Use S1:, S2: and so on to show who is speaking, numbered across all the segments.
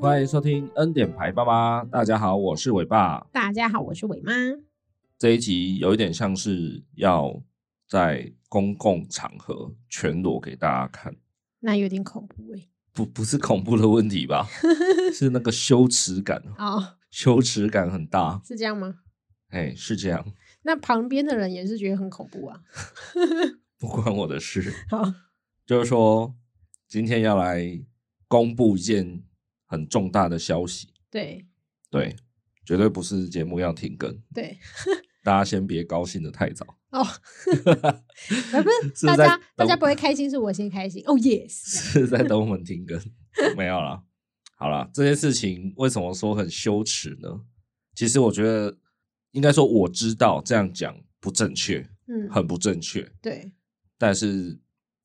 S1: 欢迎收听《恩典牌爸妈》，大家好，我是伟爸。
S2: 大家好，我是伟妈。
S1: 这一集有一点像是要在公共场合全裸给大家看，
S2: 那有点恐怖哎、
S1: 不不是恐怖的问题吧？是那个羞耻感，
S2: 哦，
S1: 羞耻感很大。
S2: 是这样吗？
S1: 哎，是这样，
S2: 那旁边的人也是觉得很恐怖啊。
S1: 不关我的事。
S2: 好，
S1: 就是说，今天要来公布一件很重大的消息，
S2: 对
S1: 对，绝对不是节目要停更，
S2: 对
S1: 大家先别高兴的太早。
S2: 哦，呃不是
S1: 是
S2: 大
S1: 在
S2: 家大
S1: 等
S2: 家不会开心，是我先开心。哦、yes，
S1: 是在等我们停更，没有啦。好啦，这件事情为什么说很羞耻呢？其实我觉得，应该说我知道这样讲不正确，
S2: 嗯，
S1: 很不正确。
S2: 对，
S1: 但是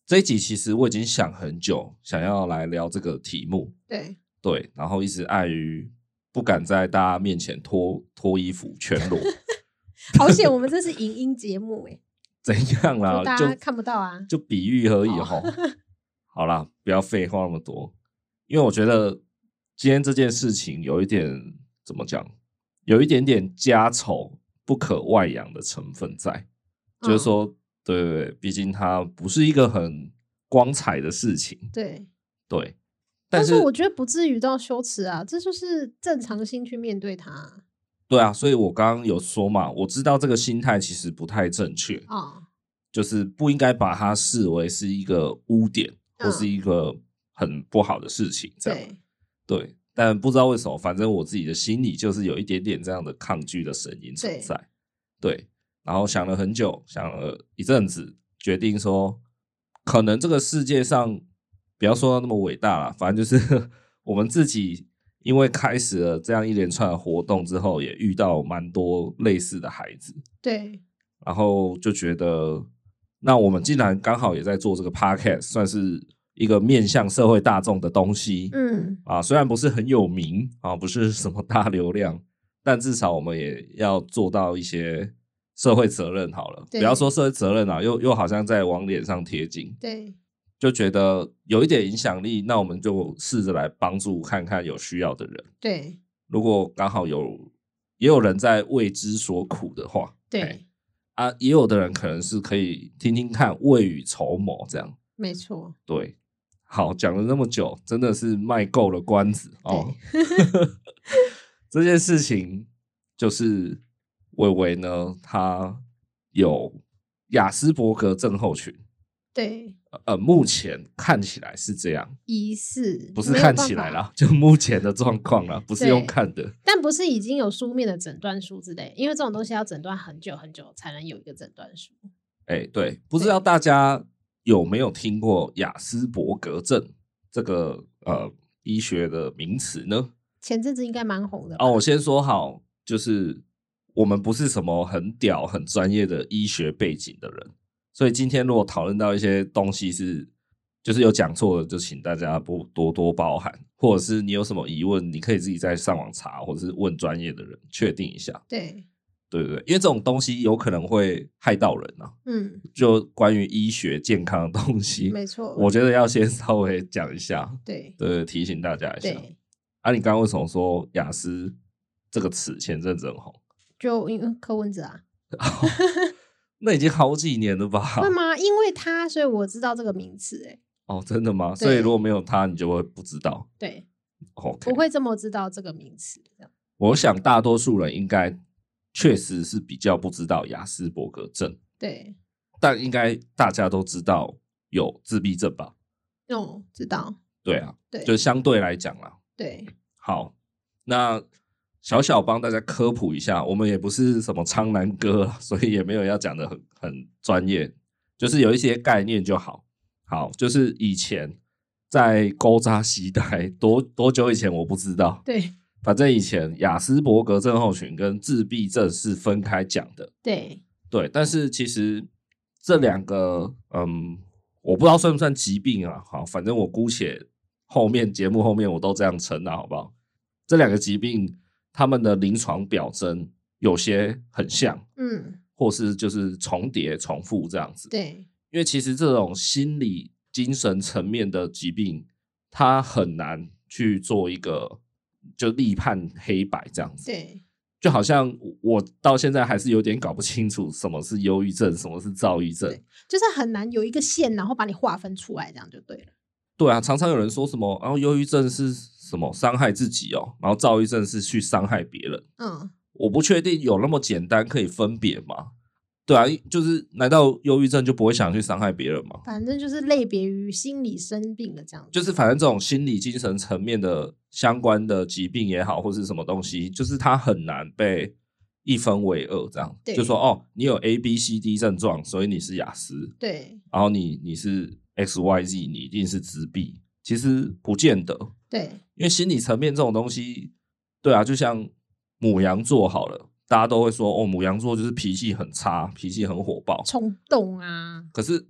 S1: 这一集其实我已经想很久，想要来聊这个题目，
S2: 对，
S1: 对，然后一直碍于不敢在大家面前脱脱衣服全裸，
S2: 好险，我们这是影音节目 哎、
S1: 怎样
S2: 就
S1: 啦？
S2: 大
S1: 就
S2: 家看不到啊
S1: 就比喻而已吼。 好啦，不要废话那么多，因为我觉得今天这件事情有一点怎么讲，有一点点家丑不可外扬的成分在，
S2: 嗯
S1: 就是
S2: 哦
S1: 说，对对对，毕竟它不是一个很光彩的事情，
S2: 对。
S1: 对。但
S2: 但
S1: 是
S2: 是我觉得不至于到羞耻啊，这就是正常心去面对它啊、
S1: 对啊，所以我刚刚有说嘛，我知道这个心态其实不太正确，
S2: 哦。
S1: 就是不应该把它视为是一个污点或
S2: 嗯
S1: 是一个很不好的事情，这样。
S2: 对，
S1: 对，但不知道为什么，反正我自己的心里就是有一点点这样的抗拒的声音存在。对，然后想了很久，想了一阵子，决定说，可能这个世界上不要说到那么伟大啦，反正就是 我们自己，因为开始了这样一连串的活动之后，也遇到蛮多类似的孩子，
S2: 对，
S1: 然后就觉得，那我们既然刚好也在做这个 podcast，算是一个面向社会大众的东西，
S2: 嗯，
S1: 啊，虽然不是很有名啊，不是什么大流量，但至少我们也要做到一些社会责任好了。不
S2: 对
S1: 要说社会责任啊，又又好像在往脸上贴金，
S2: 对，
S1: 就觉得有一点影响力，那我们就试着来帮助看看有需要的人。
S2: 对，
S1: 如果刚好有也有人在为之所苦的话，哎
S2: 对，
S1: 啊，也有的人可能是可以听听看未雨绸缪这样。
S2: 没错，
S1: 对，好，讲了那么久，真的是卖够了关子哦。 这件事情就是伟伟呢，他有雅斯伯格症候群，
S2: 对，
S1: 呃，目前看起来是这样，
S2: 疑似
S1: 不是
S2: 没有
S1: 看
S2: 办
S1: 起来
S2: 法
S1: 啦，就目前的状况啦，不是用
S2: 对
S1: 看的，
S2: 但不是已经有书面的诊断书之类，因为这种东西要诊断很久很久才能有一个诊断书。
S1: 哎、对，不知道大家有没有听过雅斯伯格症这个呃医学的名词呢？
S2: 前阵子应该蛮红的吧
S1: 哦，我先说好，就是我们不是什么很屌、很专业的医学背景的人，所以今天如果讨论到一些东西是，就是有讲错的，就请大家不多多包涵，或者是你有什么疑问，你可以自己再上网查，或者是问专业的人确定一下，
S2: 对，
S1: 对不对？因为这种东西有可能会害到人啊，
S2: 嗯，
S1: 就关于医学健康的东西，
S2: 没错，
S1: 我觉得要先稍微讲一下，
S2: 对
S1: 对，提醒大家一下。
S2: 对，
S1: 啊，你刚刚为什么说雅思这个词前阵子很红？
S2: 就因为柯文哲啊，
S1: 那已经好几年了吧？
S2: 会吗？因为他，所以我知道这个名词。哎，
S1: 哦，真的吗？所以
S2: 对
S1: 如果没有它，你就会不知道。
S2: 对，
S1: OK，
S2: 我会这么知道这个名词。这样
S1: 我想大多数人应该确实是比较不知道雅斯伯格症，
S2: 对，
S1: 但应该大家都知道有自闭症吧？
S2: 哦，知道，
S1: 对啊，
S2: 对
S1: 就相对来讲啊啦。
S2: 对，
S1: 好，那小小帮大家科普一下，我们也不是什么苍南哥，所以也没有要讲的很很专业，就是有一些概念就好。好，就是以前在勾扎西代多多久以前我不知道，
S2: 对
S1: 反正以前雅斯伯格症候群跟自闭症是分开讲的。
S2: 对，
S1: 对，但是其实这两个，嗯，我不知道算不算疾病啊。好，反正我姑且后面节目后面我都这样称啊，好不好？这两个疾病，他们的临床表征有些很像，
S2: 嗯，
S1: 或是就是重叠、重复这样子。，
S2: 对，
S1: 因为其实这种心理、精神层面的疾病，它很难去做一个就立判黑白这样子。
S2: 对，
S1: 就好像我到现在还是有点搞不清楚什么是忧郁症，什么是躁郁症。
S2: 对就是很难有一个线，然后把你划分出来，这样就对了。
S1: 对啊，常常有人说什么，然后忧郁症是什么伤害自己哦，然后躁郁症是去伤害别人。
S2: 嗯，
S1: 我不确定有那么简单可以分别吗？对啊，就是难道忧郁症就不会想去伤害别人吗？
S2: 反正就是类别于心理生病的这样子。
S1: 就是反正这种心理精神层面的相关的疾病也好，或是什么东西，就是它很难被一分为二这样。
S2: 对
S1: 就说哦，你有 A B C D 症状，所以你是雅思，
S2: 对
S1: 然后你你是 X Y Z，你一定是自闭，其实不见得，
S2: 对
S1: 因为心理层面这种东西，对啊，就像母羊座好了，大家都会说哦，母羊座就是脾气很差，脾气很火爆，
S2: 冲动啊，
S1: 可是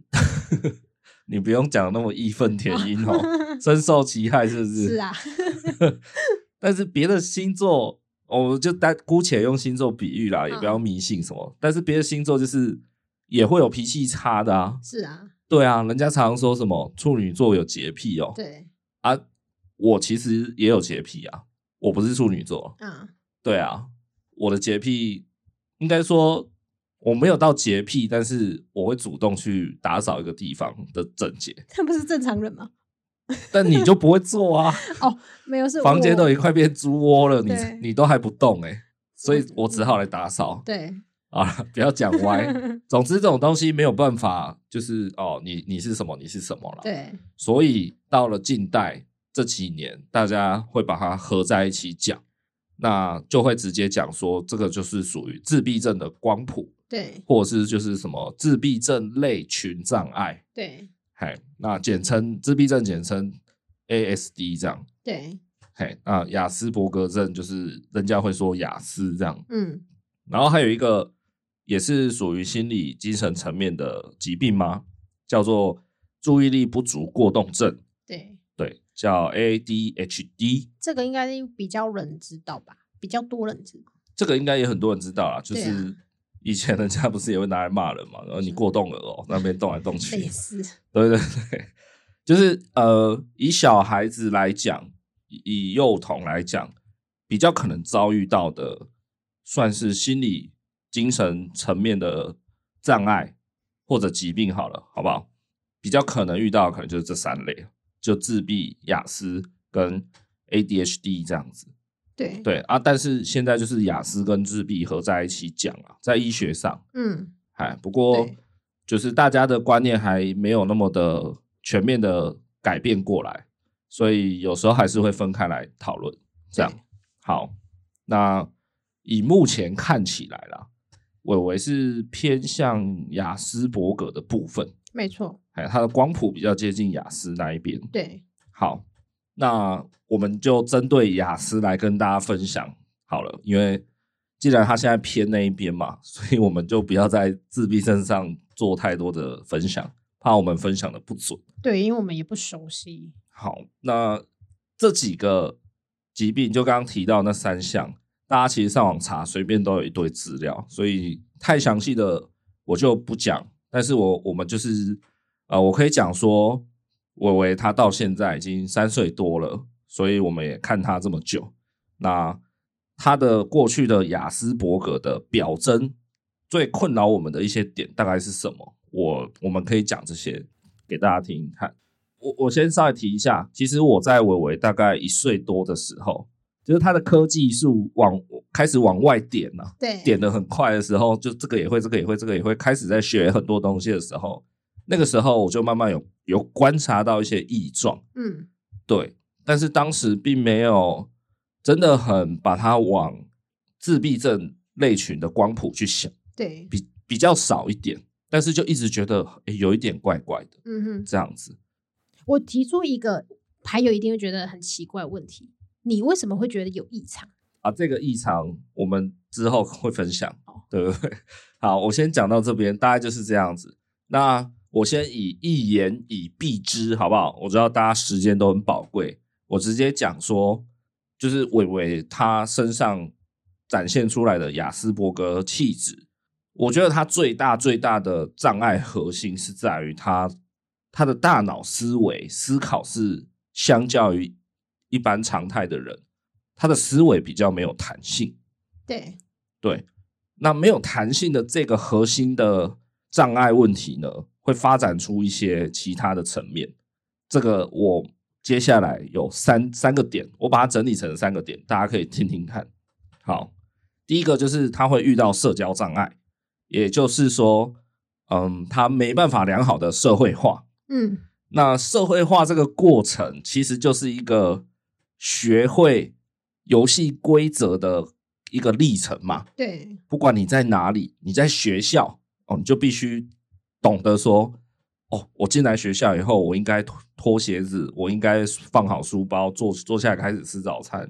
S1: 你不用讲那么义愤填膺哦， 深受其害是不是？
S2: 是。啊，
S1: 但是别的星座，我们就单姑且用星座比喻啦，也不
S2: 嗯
S1: 要迷信什么。但是别的星座就是也会有脾气差的啊，
S2: 是啊，
S1: 对啊，人家常说什么处女座有洁癖哦，
S2: 对，
S1: 啊，我其实也有洁癖啊，我不是处女座，
S2: 嗯，
S1: 对啊，我的洁癖应该说我没有到洁癖，但是我会主动去打扫一个地方的整洁，
S2: 他不是正常人吗？
S1: 但你就不会做啊，
S2: 没 有，是
S1: 房间
S2: 我
S1: 都已经快变猪窝了，你
S2: 对
S1: 你都还不动哎、所以
S2: 我
S1: 我只好来打扫
S2: 对，
S1: 啊，不要讲 歪。总之，这种东西没有办法，就是哦，你你是什么，你是什么了。
S2: 对
S1: 所以到了近代这几年，大家会把它合在一起讲，那就会直接讲说这个就是属于自闭症的光谱，
S2: 对
S1: 或者是就是什么自闭症类群障碍，
S2: 对
S1: 嘿，那简称自闭症简称 ASD 这样，
S2: 对，
S1: 嘿，那雅斯伯格症就是人家会说雅思这样，
S2: 嗯，
S1: 然后还有一个也是属于心理精神层面的疾病吗？叫做注意力不足过动症。
S2: 对，
S1: 对，叫 ADHD，
S2: 这个应该比较人知道吧，比较多人知道。
S1: 这个应该也很多人知道啦，就
S2: 对啊
S1: 是以前人家不是也会拿来骂人嘛，然后你过动了哦，那边动来动
S2: 类
S1: 去，
S2: 似，
S1: 对对对，就是呃，以小孩子来讲，以以幼童来讲，比较可能遭遇到的，算是心理精神层面的障碍或者疾病好了，好不好？比较可能遇到的可能就是这三类，就自闭、雅思跟 ADHD 这样子。
S2: 对，
S1: 对啊，但是现在就是雅思跟自闭合在一起讲啊，在医学上，
S2: 嗯，
S1: 哎，不过
S2: 对
S1: 就是大家的观念还没有那么的全面的改变过来，所以有时候还是会分开来讨论。这样
S2: 对
S1: 好，那以目前看起来啦，伟伟是偏向雅斯伯格的部分，
S2: 没错，
S1: 哎，他的光谱比较接近雅思那一边。
S2: 对，
S1: 好，那我们就针对雅思来跟大家分享好了，因为既然他现在偏那一边嘛，所以我们就不要在自闭症上做太多的分享，怕我们分享的不准。
S2: 对，因为我们也不熟悉，
S1: 好，那这几个疾病就刚刚提到那三项，大家其实上网查随便都有一堆资料，所以太详细的我就不讲。但是我我们就是呃，我可以讲说，伟伟他到现在已经三岁多了，所以我们也看他这么久。那他的过去的雅斯伯格的表征最困扰我们的一些点大概是什么？我我们可以讲这些给大家听听看。我我先稍微提一下，其实我在伟伟大概一岁多的时候，就是他的科技树往开始往外点了、
S2: 对，
S1: 点的很快的时候，就这个也会，这个也会，这个也会，开始在学很多东西的时候，那个时候我就慢慢有有观察到一些异状，
S2: 嗯，
S1: 对，但是当时并没有真的很把它往自闭症类群的光谱去想，
S2: 对，
S1: 比比较少一点，但是就一直觉得、诶有一点怪怪的
S2: 嗯哼，
S1: 这样子。
S2: 我提出一个牌友一定会觉得很奇怪的问题，你为什么会觉得有异常？
S1: 啊，这个异常我们之后会分享， 对不对？好，我先讲到这边，大概就是这样子。那我先以一言以蔽之，好不好？我知道大家时间都很宝贵，我直接讲说，就是伟伟他身上展现出来的雅斯伯格气质，我觉得他最大最大的障碍核心是在于他他的大脑思维思考是相较于一般常态的人他的思维比较没有弹性。
S2: 对，
S1: 对，那没有弹性的这个核心的障碍问题呢，会发展出一些其他的层面。这个我接下来有三三个点，我把它整理成三个点，大家可以听听看。好，第一个就是他会遇到社交障碍，也就是说，嗯，他没办法良好的社会化。
S2: 嗯，
S1: 那社会化这个过程，其实就是一个学会游戏规则的一个历程嘛。
S2: 对，
S1: 不管你在哪里，你在学校哦，你就必须懂得说，哦，我进来学校以后，我应该脱脱鞋子，我应该放好书包，坐坐下来开始吃早餐。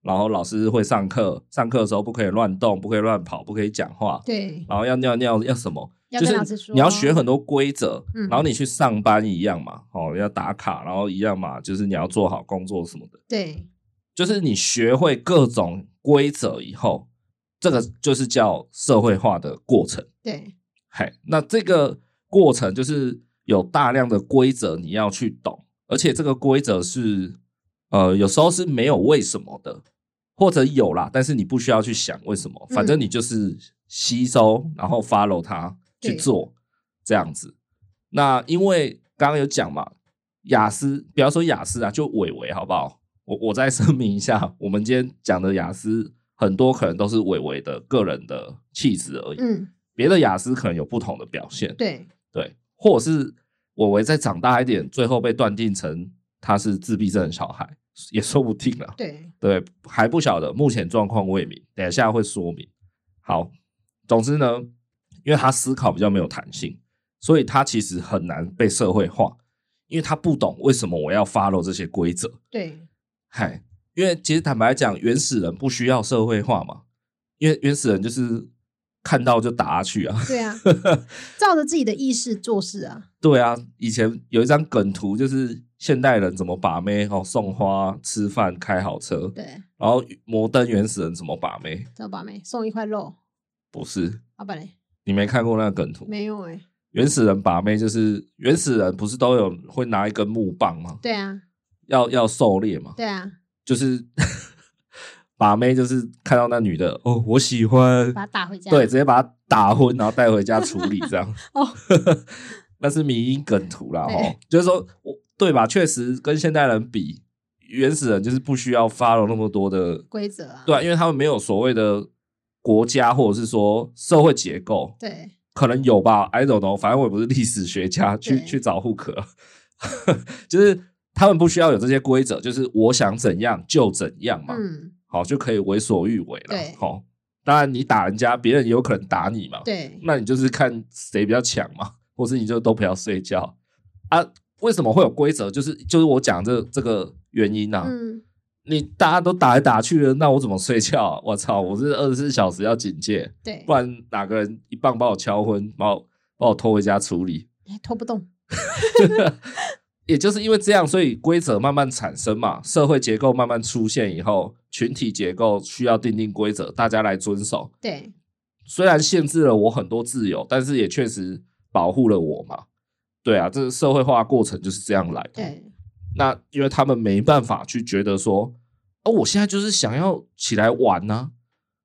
S1: 然后老师会上课，上课的时候不可以乱动，不可以乱跑，不可以讲话，
S2: 对，
S1: 然后要尿尿要什么，
S2: 要
S1: 就
S2: 跟
S1: 是
S2: 老师说
S1: 你要学很多规则，
S2: 嗯
S1: 然后你去上班一样嘛，哦，要打卡，然后一样嘛，就是你要做好工作什么的，
S2: 对，
S1: 就是你学会各种规则以后，这个就是叫社会化的过程。
S2: 对，
S1: 嘿，那这个过程就是有大量的规则你要去懂，而且这个规则是呃有时候是没有为什么的，或者有啦，但是你不需要去想为什么，反正
S2: 嗯
S1: 你就是吸收，然后 follow 它去
S2: 对
S1: 做这样子。那因为刚刚有讲嘛，雅思不要说雅思啊，就伟伟好不好？我我再声明一下，我们今天讲的雅思很多可能都是伟伟的个人的气质而已。
S2: 嗯，
S1: 别的雅思可能有不同的表现，
S2: 对，
S1: 对，或者是我为再长大一点，最后被断定成他是自闭症小孩， 也说不定了。
S2: 对，
S1: 对，还不晓得，目前状况未明，等一下会说明。好，总之呢，因为他思考比较没有弹性，所以他其实很难被社会化，因为他不懂为什么我要 follow 这些规则。
S2: 对，
S1: 嗨，因为其实坦白讲，原始人不需要社会化嘛，因为原始人就是看到就打下去啊。
S2: 对 啊，照着自己的意识做事啊，
S1: 对啊，以前有一张梗图，就是现代人怎么把妹哦，送花、吃饭、开好车，
S2: 对，
S1: 然后摩登原始人怎么把妹？
S2: 知道吧？没送一块肉，
S1: 不是，
S2: 阿爸嘞，
S1: 你没欸看过那个梗图？
S2: 没有哎，
S1: 原始人把妹就是原始人不是都有会拿一根木棒吗？
S2: 对啊，
S1: 要要狩猎嘛，
S2: 对啊，
S1: 就是 把妹就是看到那女的哦，我喜欢，
S2: 把它打回家，
S1: 对，直接把她打昏，然后带回家处理这样。
S2: 哦，
S1: 那是迷因梗图啦，
S2: 对
S1: 哦，就是说，我对吧？确实跟现代人比，原始人就是不需要 follow 那么多的，
S2: 规则啊，
S1: 对、啊，因为他们没有所谓的国家或者是说社会结构，
S2: 对，
S1: 可能有吧，I don't know，反正我也不是历史学家，去
S2: 对
S1: 去找户口， 就是他们不需要有这些规则，就是我想怎样就怎样嘛，
S2: 嗯，
S1: 好就可以为所欲为了
S2: 对，
S1: 好、当然你打人家，别人也有可能打你嘛，
S2: 对，
S1: 那你就是看谁比较强嘛，或是你就都不要睡觉啊？为什么会有规则？就是就是我讲这这个原因啊。
S2: 嗯，
S1: 你大家都打来打去了，那我怎么睡觉啊、我操！我是二十四小时要警戒，
S2: 对
S1: 不，然哪个人一棒把我敲昏，把我把我拖回家处理。
S2: 还哎拖不动，
S1: 也就是因为这样，所以规则慢慢产生嘛，社会结构慢慢出现以后，群体结构需要定定规则，大家来遵守。
S2: 对，
S1: 嗯虽然限制了我很多自由，但是也确实保护了我嘛。对啊，这社会化过程就是这样来的。
S2: 对，
S1: 那因为他们没办法去觉得说，哦，我现在就是想要起来玩呢、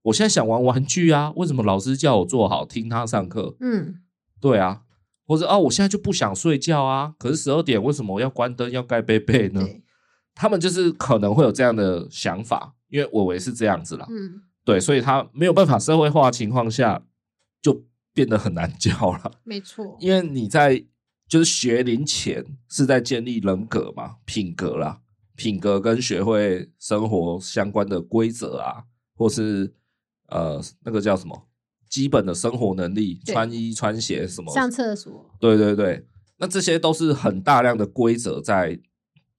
S1: 我现在想玩玩具啊，为什么老师叫我坐好听他上课？
S2: 嗯，
S1: 对啊，或者啊、哦，我现在就不想睡觉啊，可是十二点为什么要关灯要盖被被呢？
S2: 对，
S1: 他们就是可能会有这样的想法，因为伟伟是这样子啦。
S2: 嗯，
S1: 对，所以他没有办法社会化的情况下，就变得很难教了。
S2: 没错，
S1: 因为你在就是学龄前是在建立人格嘛、品格啦、品格跟学会生活相关的规则啊，或是呃那个叫什么基本的生活能力，
S2: 对
S1: 穿衣、穿鞋什么，
S2: 上厕所
S1: 对对对，那这些都是很大量的规则在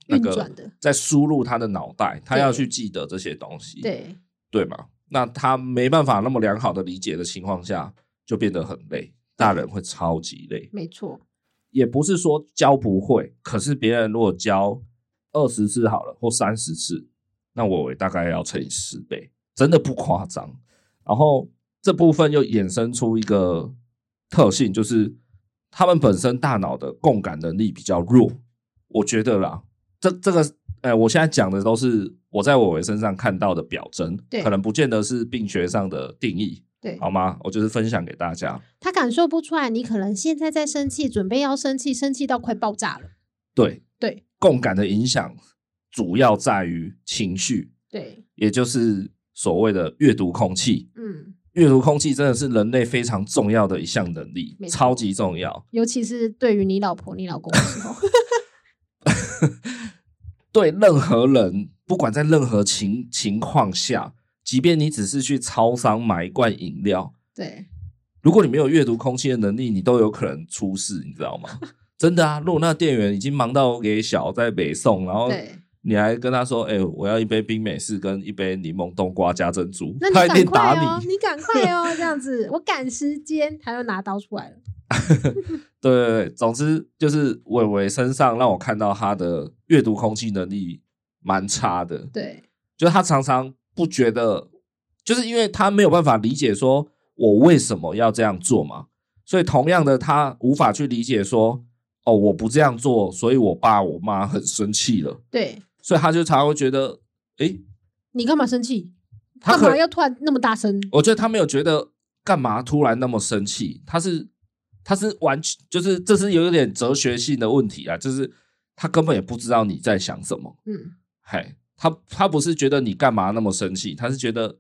S1: 那
S2: 运
S1: 个
S2: 转的，
S1: 在输入他的脑袋，他要
S2: 对
S1: 去记得这些东西，
S2: 对
S1: 对嘛？那他没办法那么良好的理解的情况下，就变得很累，大人会超级累。
S2: 没错，
S1: 也不是说教不会，可是别人如果教二十次好了，或三十次，那我也大概要乘以十倍，真的不夸张。然后这部分又衍生出一个特性，就是他们本身大脑的共感能力比较弱。我觉得啦，这这个，呃，我现在讲的都是我在伟伟身上看到的表征，
S2: 对
S1: 可能不见得是病学上的定义，
S2: 对
S1: 好吗？我就是分享给大家。
S2: 他感受不出来，你可能现在在生气，准备要生气，生气到快爆炸了。
S1: 对，
S2: 对
S1: 共感的影响主要在于情绪，
S2: 对，
S1: 也就是所谓的阅读空气。
S2: 嗯，
S1: 阅读空气真的是人类非常重要的一项能力
S2: 没，错
S1: 超级重要。
S2: 尤其是对于你老婆、你老公的时 候，
S1: 对任何人，不管在任何情情况下，即便你只是去超商买一罐饮料，
S2: 对
S1: 如果你没有阅读空气的能力，你都有可能出事，你知道 吗？真的啊，如果那店员已经忙到给小在北宋，然后
S2: 对，
S1: 你还跟他说：“哎、我要一杯冰美式跟一杯柠檬冬瓜加珍珠。”
S2: 那你
S1: 他一定
S2: 赶快
S1: 打
S2: 哦，你赶 快哦，这样子，我赶时间，他又拿刀出来了。
S1: 对对对，总之就是伟伟身上让我看到他的阅读空气能力蛮差的，
S2: 对
S1: 就是他常常不觉得，就是因为他没有办法理解说我为什么要这样做嘛，所以同样的他无法去理解说哦我不这样做，所以我爸我妈很生气了，
S2: 对，
S1: 所以他就常常会觉得，哎、
S2: 你干嘛生气？
S1: 他
S2: 干
S1: 可
S2: 嘛要突然那么大声？
S1: 我觉得他没有觉得干嘛突然那么生气，他是他是完全就是这是有一点哲学性的问题啊，就是他根本也不知道你在想什么，
S2: 嗯，
S1: 嘿，他他不是觉得你干嘛那么生气，他是觉得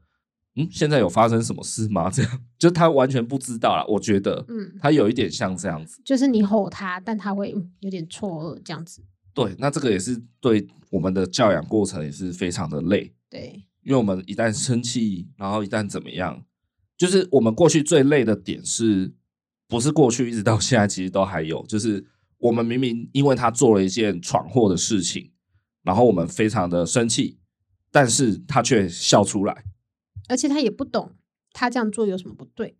S1: 嗯现在有发生什么事吗？ 这样就他完全不知道啦，我觉得
S2: 嗯
S1: 他有一点像这样子，
S2: 就是你吼他，但他会嗯有点错愕这样子。
S1: 对，那这个也是对我们的教养过程也是非常的累，
S2: 对
S1: 因为我们一旦生气，然后一旦怎么样，就是我们过去最累的点是，不是过去一直到现在其实都还有，就是我们明明因为他做了一件闯祸的事情，然后我们非常的生气，但是他却笑出来，
S2: 而且他也不懂他这样做有什么不对。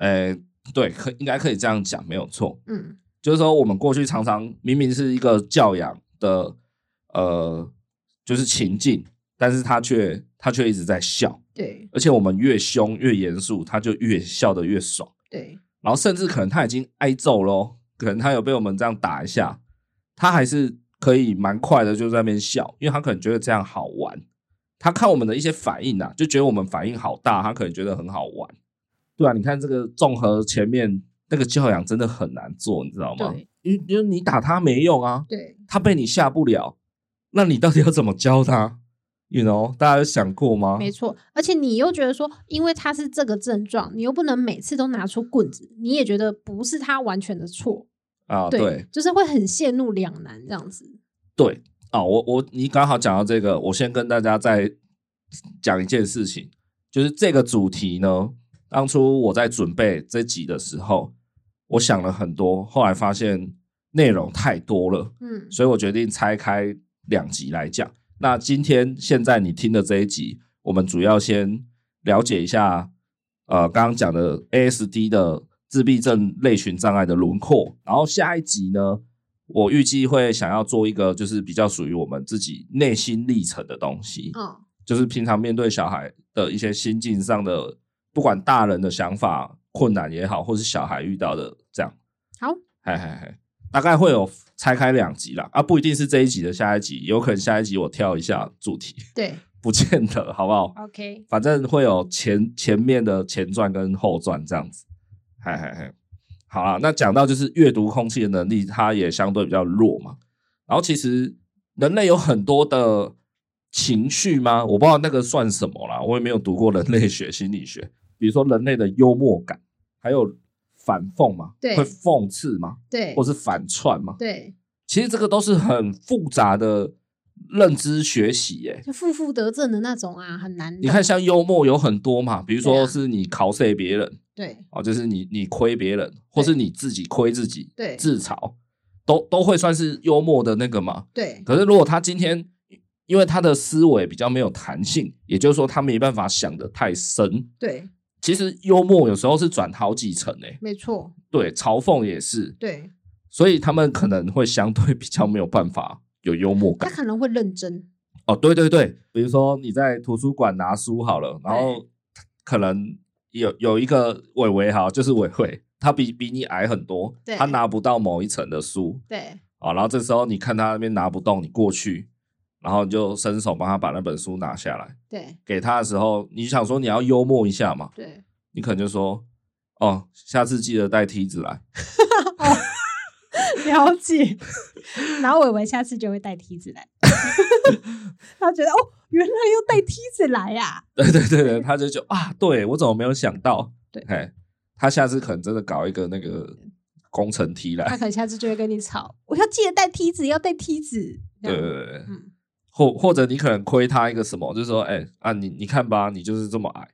S1: 诶，呃对，可应该可以这样讲，没有错。
S2: 嗯，
S1: 就是说，我们过去常常明明是一个教养的呃，就是情境，但是他却他却一直在笑，
S2: 对
S1: 而且我们越凶越严肃，他就越笑得越爽。
S2: 对
S1: 然后甚至可能他已经挨揍咯，可能他有被我们这样打一下，他还是可以蛮快的就在那边笑，因为他可能觉得这样好玩。他看我们的一些反应啊，就觉得我们反应好大，他可能觉得很好玩。对啊，你看这个综合前面那个教养真的很难做，你知道吗
S2: 对？
S1: 因为因为你打他没用啊，
S2: 对，
S1: 他被你吓不了，那你到底要怎么教他？You know，大家有想过吗？
S2: 没错。而且你又觉得说，因为他是这个症状，你又不能每次都拿出棍子，你也觉得不是他完全的错。
S1: 啊，对，
S2: 就是会很陷入两难这样子。
S1: 对啊，我我你刚好讲到这个，我先跟大家再讲一件事情，就是这个主题呢，当初我在准备这集的时候，我想了很多，后来发现内容太多了，
S2: 嗯，
S1: 所以我决定拆开两集来讲。那今天现在你听的这一集，我们主要先了解一下，呃，刚刚讲的 ASD 的自闭症类群障碍的轮廓。然后下一集呢，我预计会想要做一个就是比较属于我们自己内心历程的东西，
S2: 哦，
S1: 就是平常面对小孩的一些心境上的，不管大人的想法困难也好，或是小孩遇到的这样。
S2: 好，
S1: 嘿嘿嘿，大概会有拆开两集啦，啊，不一定是这一集的下一集，有可能下一集我跳一下主题，
S2: 对
S1: 不见得，好不好？
S2: ，OK，
S1: 反正会有前前面的前传跟后传这样子，嘿嘿嘿。好啦，那讲到就是阅读空气的能力，它也相对比较弱嘛。然后其实人类有很多的情绪吗？我不知道那个算什么啦，我也没有读过人类学、心理学。比如说人类的幽默感，还有反讽嘛，
S2: 对
S1: 会讽刺嘛，
S2: 对
S1: 或是反串嘛，
S2: 对
S1: 其实这个都是很复杂的认知学习耶。
S2: 就负负得正的那种啊，很难的。
S1: 你看，像幽默有很多嘛，比如
S2: 对
S1: 说
S2: 啊
S1: 是你 cos 别人
S2: 对
S1: 哦，就是你你亏别人，或是你自己亏自己，
S2: 对
S1: 自嘲，都都会算是幽默的那个嘛。
S2: 对
S1: 可是如果他今天，因为他的思维比较没有弹性，也就是说他没办法想得太深。
S2: 对，
S1: 其实幽默有时候是转好几层诶、
S2: 没错，
S1: 对，嘲讽也是，
S2: 对
S1: 所以他们可能会相对比较没有办法有幽默
S2: 他
S1: 感。
S2: 可能会认真。
S1: 哦，对对对，比如说你在图书馆拿书好了，然后可能有有一个伟伟哈，就是伟伟，他比比你矮很多
S2: 对，
S1: 他拿不到某一层的书，
S2: 对
S1: 啊，然后这时候你看他那边拿不动，你过去，然后你就伸手帮他把那本书拿下来。
S2: 对
S1: 给他的时候，你想说你要幽默一下嘛，
S2: 对，
S1: 你可能就说：“哦，下次记得带梯子来。
S2: 了解。 然后伟伟下次就会带梯 子来， 他觉得哦，原来要带梯子来啊呀、”
S1: 对对对对，他就就啊，对我怎么没有想到？
S2: 对
S1: 嘿，他下次可能真的搞一个那个工程梯
S2: 他
S1: 来。
S2: 可能下次就会跟你吵，我要记得带梯子，要带梯子。这
S1: 对
S2: 样
S1: 对对对，
S2: 嗯，
S1: 或或者你可能亏他一个什么，就是说：“哎、啊，你你看吧，你就是这么矮。”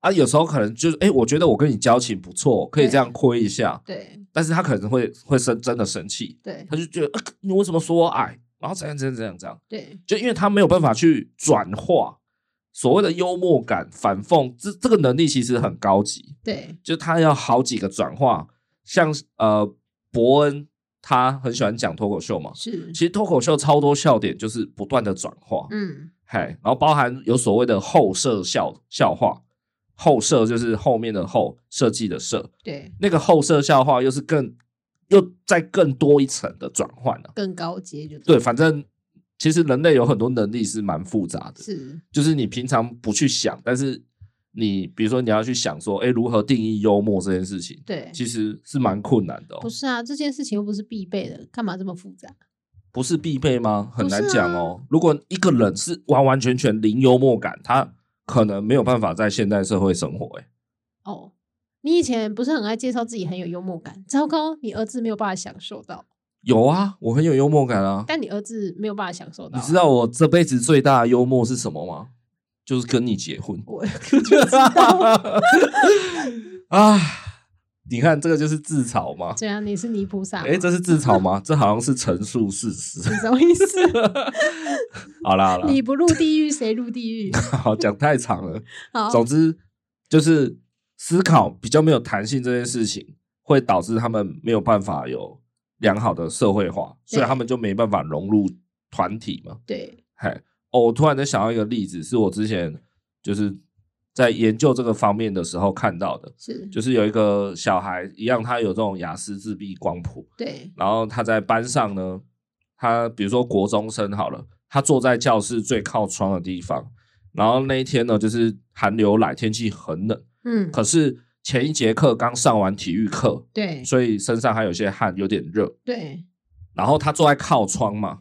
S1: 啊，有时候可能就是哎、我觉得我跟你交情不错，可以这样亏一下，
S2: 嗯对
S1: 但是他可能会会生真的生气，
S2: 对
S1: 他就觉得、呃你为什么说我矮？然后怎样怎样怎样怎样，
S2: 对
S1: 就因为他没有办法去转化所谓的幽默感、反讽，这这个能力其实很高级，
S2: 对
S1: 就他要好几个转化。像呃，伯恩他很喜欢讲脱口秀嘛，
S2: 是
S1: 其，实脱口秀超多笑点就是不断的转化，
S2: 嗯
S1: 嗨、然后包含有所谓的后设笑笑话，后设就是后面的后设计的设，
S2: 对，
S1: 那个后设笑话又是更又再更多一层的转换了、
S2: 更高阶就
S1: 对，反正其实人类有很多能力是蛮复杂的，
S2: 是
S1: 就是你平常不去想，但是你比如说你要去想说，哎，如何定义幽默这件事情，
S2: 对。
S1: 其实是蛮困难的、哦
S2: 不，是啊，这件事情又不是必备的，干嘛这么复杂？
S1: 不是必备吗？很
S2: 不是啊
S1: 难讲哦。如果一个人是完完全全零幽默感，他可能没有办法在现代社会生活、欸诶
S2: 哦，你以前不是很爱介绍自己很有幽默感，糟糕，你儿子没有办法享受到，
S1: 有啊，我很有幽默感啊。
S2: 但你儿子没有办法享受到啊。
S1: 你知道我这辈子最大的幽默是什么吗？就是跟你结婚。
S2: 我就知 道，
S1: 啊，你看这个就是自嘲嘛？
S2: 这啊样你是泥菩萨吗？
S1: 哎、这是自嘲吗？这好像是陈述事实
S2: 你。什么意思？
S1: 好啦好啦，
S2: 你不入地狱，谁入地 狱？
S1: 好讲太长了。
S2: 好，
S1: 总之就是思考比较没有弹性这件事情，会导致他们没有办法有良好的社会化，所以
S2: 对
S1: 他们就没办法融入团体嘛。
S2: 对
S1: 嘿，哦，我突然在想到一个例子，是我之前就是在研究这个方面的时候看到的，
S2: 是，
S1: 就是有一个小孩一样，他有这种雅思自闭光谱，
S2: 对
S1: 然后他在班上呢，他比如说国中生好了，他坐在教室最靠窗的地方，然后那一天呢，就是寒流来，天气很冷，
S2: 嗯，
S1: 可是前一节课刚上完体育课，
S2: 对
S1: 所以身上还有些汗，有点热，
S2: 对
S1: 然后他坐在靠窗嘛，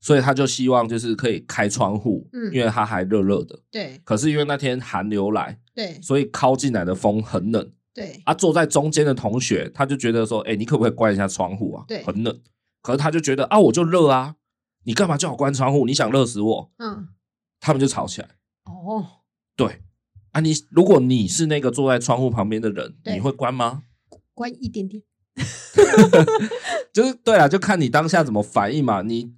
S1: 所以他就希望就是可以开窗户，
S2: 嗯
S1: 因为他还热热的。
S2: 对
S1: 可是因为那天寒流来，
S2: 对
S1: 所以靠进来的风很冷
S2: 对
S1: 啊。坐在中间的同学，他就觉得说：“哎、你可不可以关一下窗户啊？
S2: 对
S1: 很冷。”可是他就觉得啊，我就热啊，你干嘛叫我关窗户？你想热死我？
S2: 嗯，
S1: 他们就吵起来。
S2: 哦，
S1: 对啊你，如果你是那个坐在窗户旁边的人，
S2: 对
S1: 你会关吗？
S2: 关一点点，
S1: 就是对啊啦，就看你当下怎么反应嘛。你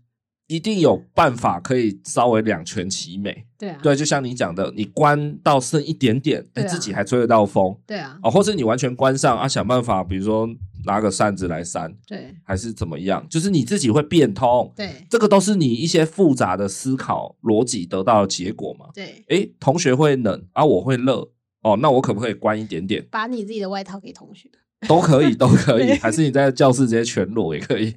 S1: 一定有办法可以稍微两全其美。
S2: 对啊，
S1: 对，就像你讲的，你关到剩一点点，哎、
S2: 对啊
S1: 自己还吹得到风
S2: 对啊，
S1: 哦，或是你完全关上啊，想办法，比如说拿个扇子来扇，
S2: 对
S1: 还是怎么样，就是你自己会变通，
S2: 对
S1: 这个都是你一些复杂的思考逻辑得到的结果嘛。
S2: 对，
S1: 哎，同学会冷啊，我会热哦，那我可不可以关一点 点？
S2: 把你自己的外套给同学，
S1: 都可以，都可以，
S2: 对
S1: 还是你在教室直接全裸也可以，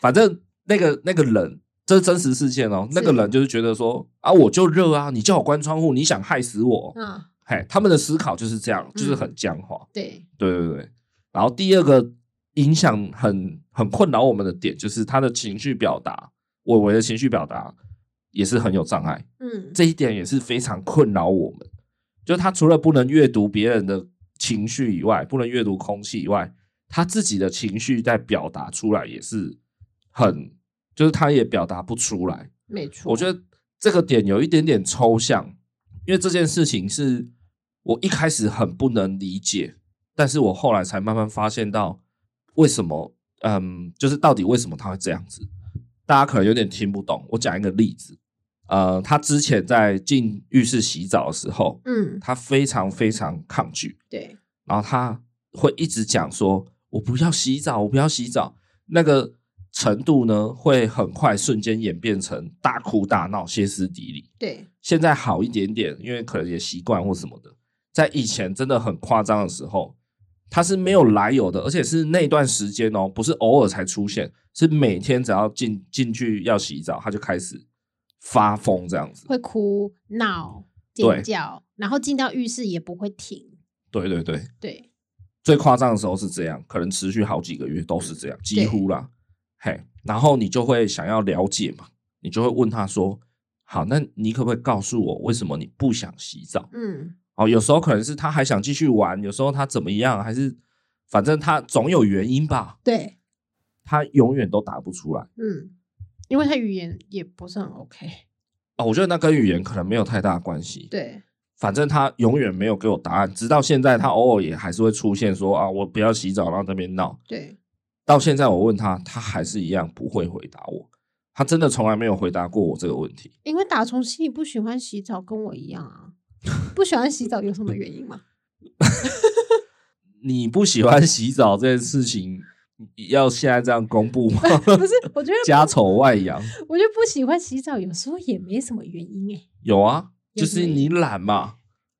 S1: 反正那个那个人，这是真实事件哦。那个
S2: 是
S1: 人就是觉得说啊，我就热啊，你叫我关窗户，你想害死我，
S2: 嗯，
S1: 嘿，他们的思考就是这样，就是很僵化。
S2: 对
S1: 对对对。然后第二个影响很很困扰我们的点，就是他的情绪表达，伟伟的情绪表达也是很有障碍，
S2: 嗯，
S1: 这一点也是非常困扰我们。就他除了不能阅读别人的情绪以外，不能阅读空气以外，他自己的情绪在表达出来也是很，就是他也表达不出来。
S2: 没错。
S1: 我觉得这个点有一点点抽象，因为这件事情是我一开始很不能理解，但是我后来才慢慢发现到为什么，嗯，就是到底为什么他会这样子，大家可能有点听不懂。我讲一个例子，呃，他之前在进浴室洗澡的时候，
S2: 嗯，
S1: 他非常非常抗拒，
S2: 对，
S1: 然后他会一直讲说：“我不要洗澡，我不要洗澡。”那个程度呢，会很快瞬间演变成大哭大闹、歇斯底里。
S2: 对，
S1: 现在好一点点，因为可能也习惯或什么的。在以前真的很夸张的时候，他是没有来由的，而且是那段时间哦，不是偶尔才出现，是每天只要进进去要洗澡，他就开始发疯这样子。
S2: 会哭闹
S1: 对
S2: 尖叫，然后进到浴室也不会停。
S1: 对对对，
S2: 对，
S1: 最夸张的时候是这样，可能持续好几个月都是这样，几乎啦。嘿，然后你就会想要了解嘛，你就会问他说：“好，那你可不可以告诉我为什么你不想洗澡
S2: 嗯，？”
S1: 哦，有时候可能是他还想继续玩，有时候他怎么样，还是反正他总有原因吧，
S2: 对，
S1: 他永远都答不出来。
S2: 嗯，因为他语言也不是很 OK。
S1: 哦，我觉得那跟语言可能没有太大的关系。
S2: 对，
S1: 反正他永远没有给我答案，直到现在，他偶尔也还是会出现说啊，我不要洗澡，然后在那边闹。
S2: 对，
S1: 到现在我问他，他还是一样不会回答我。他真的从来没有回答过我这个问题。
S2: 因为打从心里不喜欢洗澡，跟我一样啊。不喜欢洗澡有什么原因吗？
S1: 你不喜欢洗澡这件事情，要现在这样公布吗？
S2: 不是，我觉得
S1: 家丑外扬，
S2: 我觉得不喜欢洗澡，有时候也没什么原因哎、
S1: 有啊，
S2: 有
S1: 就
S2: 什么
S1: 是你懒嘛，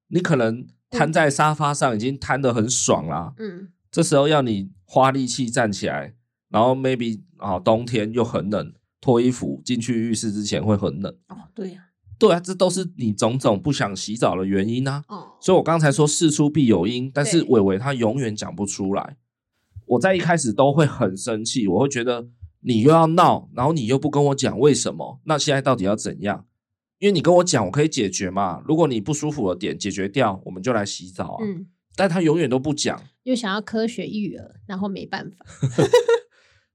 S1: 你可能瘫在沙发上已经瘫得很爽啦，
S2: 嗯，
S1: 这时候要你花力气站起来，然后 maybe 啊冬天又很冷，脱衣服进去浴室之前会很冷。
S2: 哦，对呀、
S1: 对啊，这都是你种种不想洗澡的原因啊。
S2: 哦，
S1: 所以我刚才说事出必有因，但是
S2: 对
S1: 伟伟他永远讲不出来。我在一开始都会很生气，我会觉得你又要闹，然后你又不跟我讲为什么，那现在到底要怎样？因为你跟我讲，我可以解决嘛。如果你不舒服的点解决掉，我们就来洗澡啊。
S2: 嗯，
S1: 但他永远都不讲，
S2: 又想要科学育儿，然后没办法。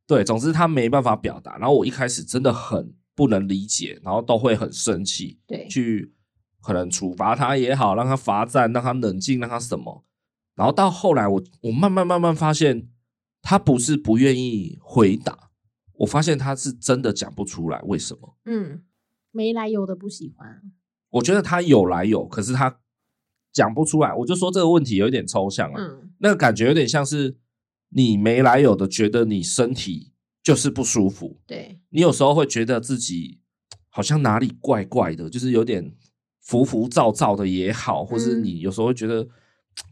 S1: 对，总之他没办法表达。然后我一开始真的很不能理解，然后都会很生气，
S2: 对，
S1: 去可能处罚他也好，让他罚站，让他冷静，让他什么。然后到后来我，我慢慢慢慢发现，他不是不愿意回答，我发现他是真的讲不出来为什么。
S2: 嗯，没来由的不喜欢。
S1: 我觉得他有来有，可是他讲不出来。我就说这个问题有一点抽象啊，
S2: 嗯，
S1: 那个感觉有点像是你没来有的觉得你身体就是不舒服，
S2: 对，
S1: 你有时候会觉得自己好像哪里怪怪的，就是有点浮浮躁躁的也好，或是
S2: 嗯
S1: 你有时候会觉得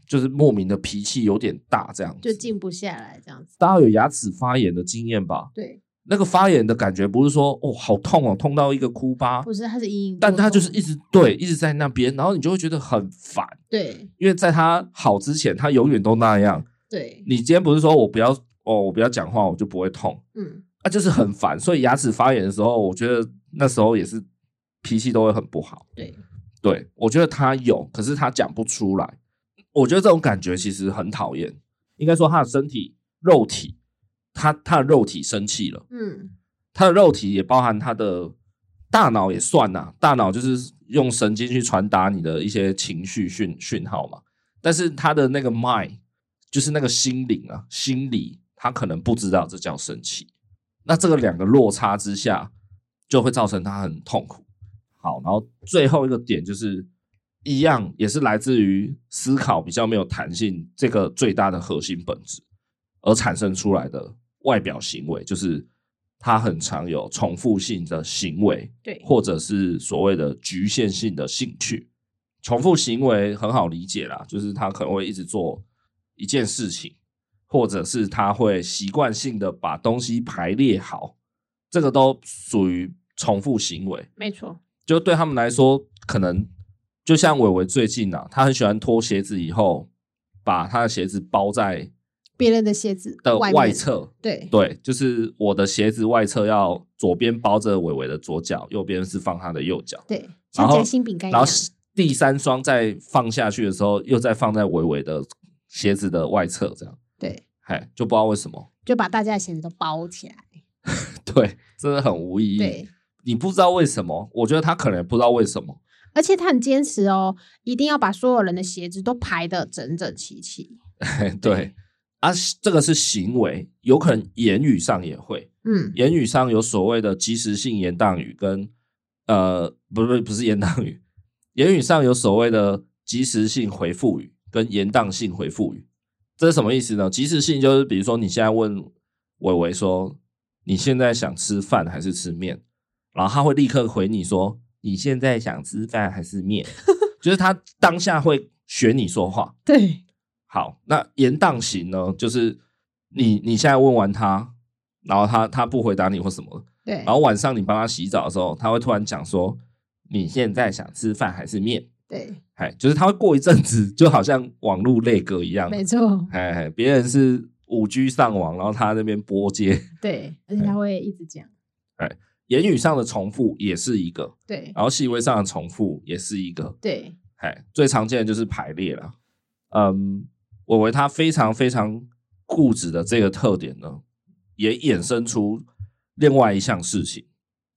S1: 就是莫名的脾气有点大这样
S2: 就
S1: 子。
S2: 静不下来这样子。
S1: 大家有牙齿发炎的经验吧？
S2: 对，
S1: 那个发炎的感觉不是说哦好痛哦，痛到一个哭吧，
S2: 不是，他是隐隐作
S1: 但
S2: 痛，啊
S1: 它就是一直对一直在那边，然后你就会觉得很烦，
S2: 对
S1: 因为在它好之前，它永远都那样。
S2: 对，
S1: 你今天不是说我不要哦，我不要讲话，我就不会痛，
S2: 嗯，
S1: 啊，就是很烦，所以牙齿发炎的时候，我觉得那时候也是脾气都会很不好。
S2: 对，
S1: 对我觉得他有，可是他讲不出来。我觉得这种感觉其实很讨厌。应该说他的身体、肉体，他他的肉体生气了，
S2: 嗯，
S1: 他的肉体也包含他的大脑也算呐、大脑就是用神经去传达你的一些情绪讯讯号嘛。但是他的那个 mind，就是那个心灵啊，心理，他可能不知道这叫生气。那这个两个落差之下，就会造成他很痛苦。好，然后最后一个点就是一样，也是来自于思考比较没有弹性这个最大的核心本质而产生出来的外表行为，就是他很常有重复性的行为，
S2: 对，
S1: 或者是所谓的局限性的兴趣。重复行为很好理解啦，就是他可能会一直做一件事情，或者是他会习惯性的把东西排列好，这个都属于重复行为。
S2: 没错，
S1: 就对他们来说，可能就像伟伟最近啊，他很喜欢脱鞋子以后，把他的鞋子包在
S2: 别人的鞋子
S1: 的
S2: 外
S1: 外
S2: 面，
S1: 侧，
S2: 对
S1: 对，就是我的鞋子外侧要左边包着伟伟的左脚，右边是放他的右脚，
S2: 对，
S1: 然
S2: 像
S1: 后
S2: 夹心饼干一
S1: 然
S2: 样
S1: 后，第三双再放下去的时候，又再放在伟伟的鞋子的外侧，这样，
S2: 对，
S1: 嘿，就不知道为什么，
S2: 就把大家的鞋子都包起来，
S1: 对，真的很无意义。
S2: 对，
S1: 你不知道为什么，我觉得他可能也不知道为什么。
S2: 而且他很坚持哦，一定要把所有人的鞋子都排的整整齐齐。
S1: 对啊，这个是行为，有可能言语上也会，
S2: 嗯，
S1: 言语上有所谓的即时性言当语跟呃，不是不是言当语， 言语上有所谓的即时性回复语跟言当性回复语，这是什么意思呢？即时性就是比如说你现在问伟伟说你现在想吃饭还是吃面，然后他会立刻回你说你现在想吃饭还是面，就是他当下会学你说话，
S2: 对，
S1: 好，那延宕型呢，就是你你现在问完他，然后他他不回答你或什么，
S2: 对，
S1: 然后晚上你帮他洗澡的时候，他会突然讲说你现在想吃饭还是面？
S2: 对，
S1: 哎，就是他会过一阵子，就好像网络类歌一样，
S2: 没错，
S1: 哎，别人是五 G 上网，然后他那边拨接，
S2: 对，而且他会一直讲，
S1: 言语上的重复也是一个，
S2: 对，
S1: 然后细微上的重复也是一个，
S2: 对，
S1: 哎，最常见的就是排列了。嗯，我为他非常非常固执的这个特点呢，也衍生出另外一项事情，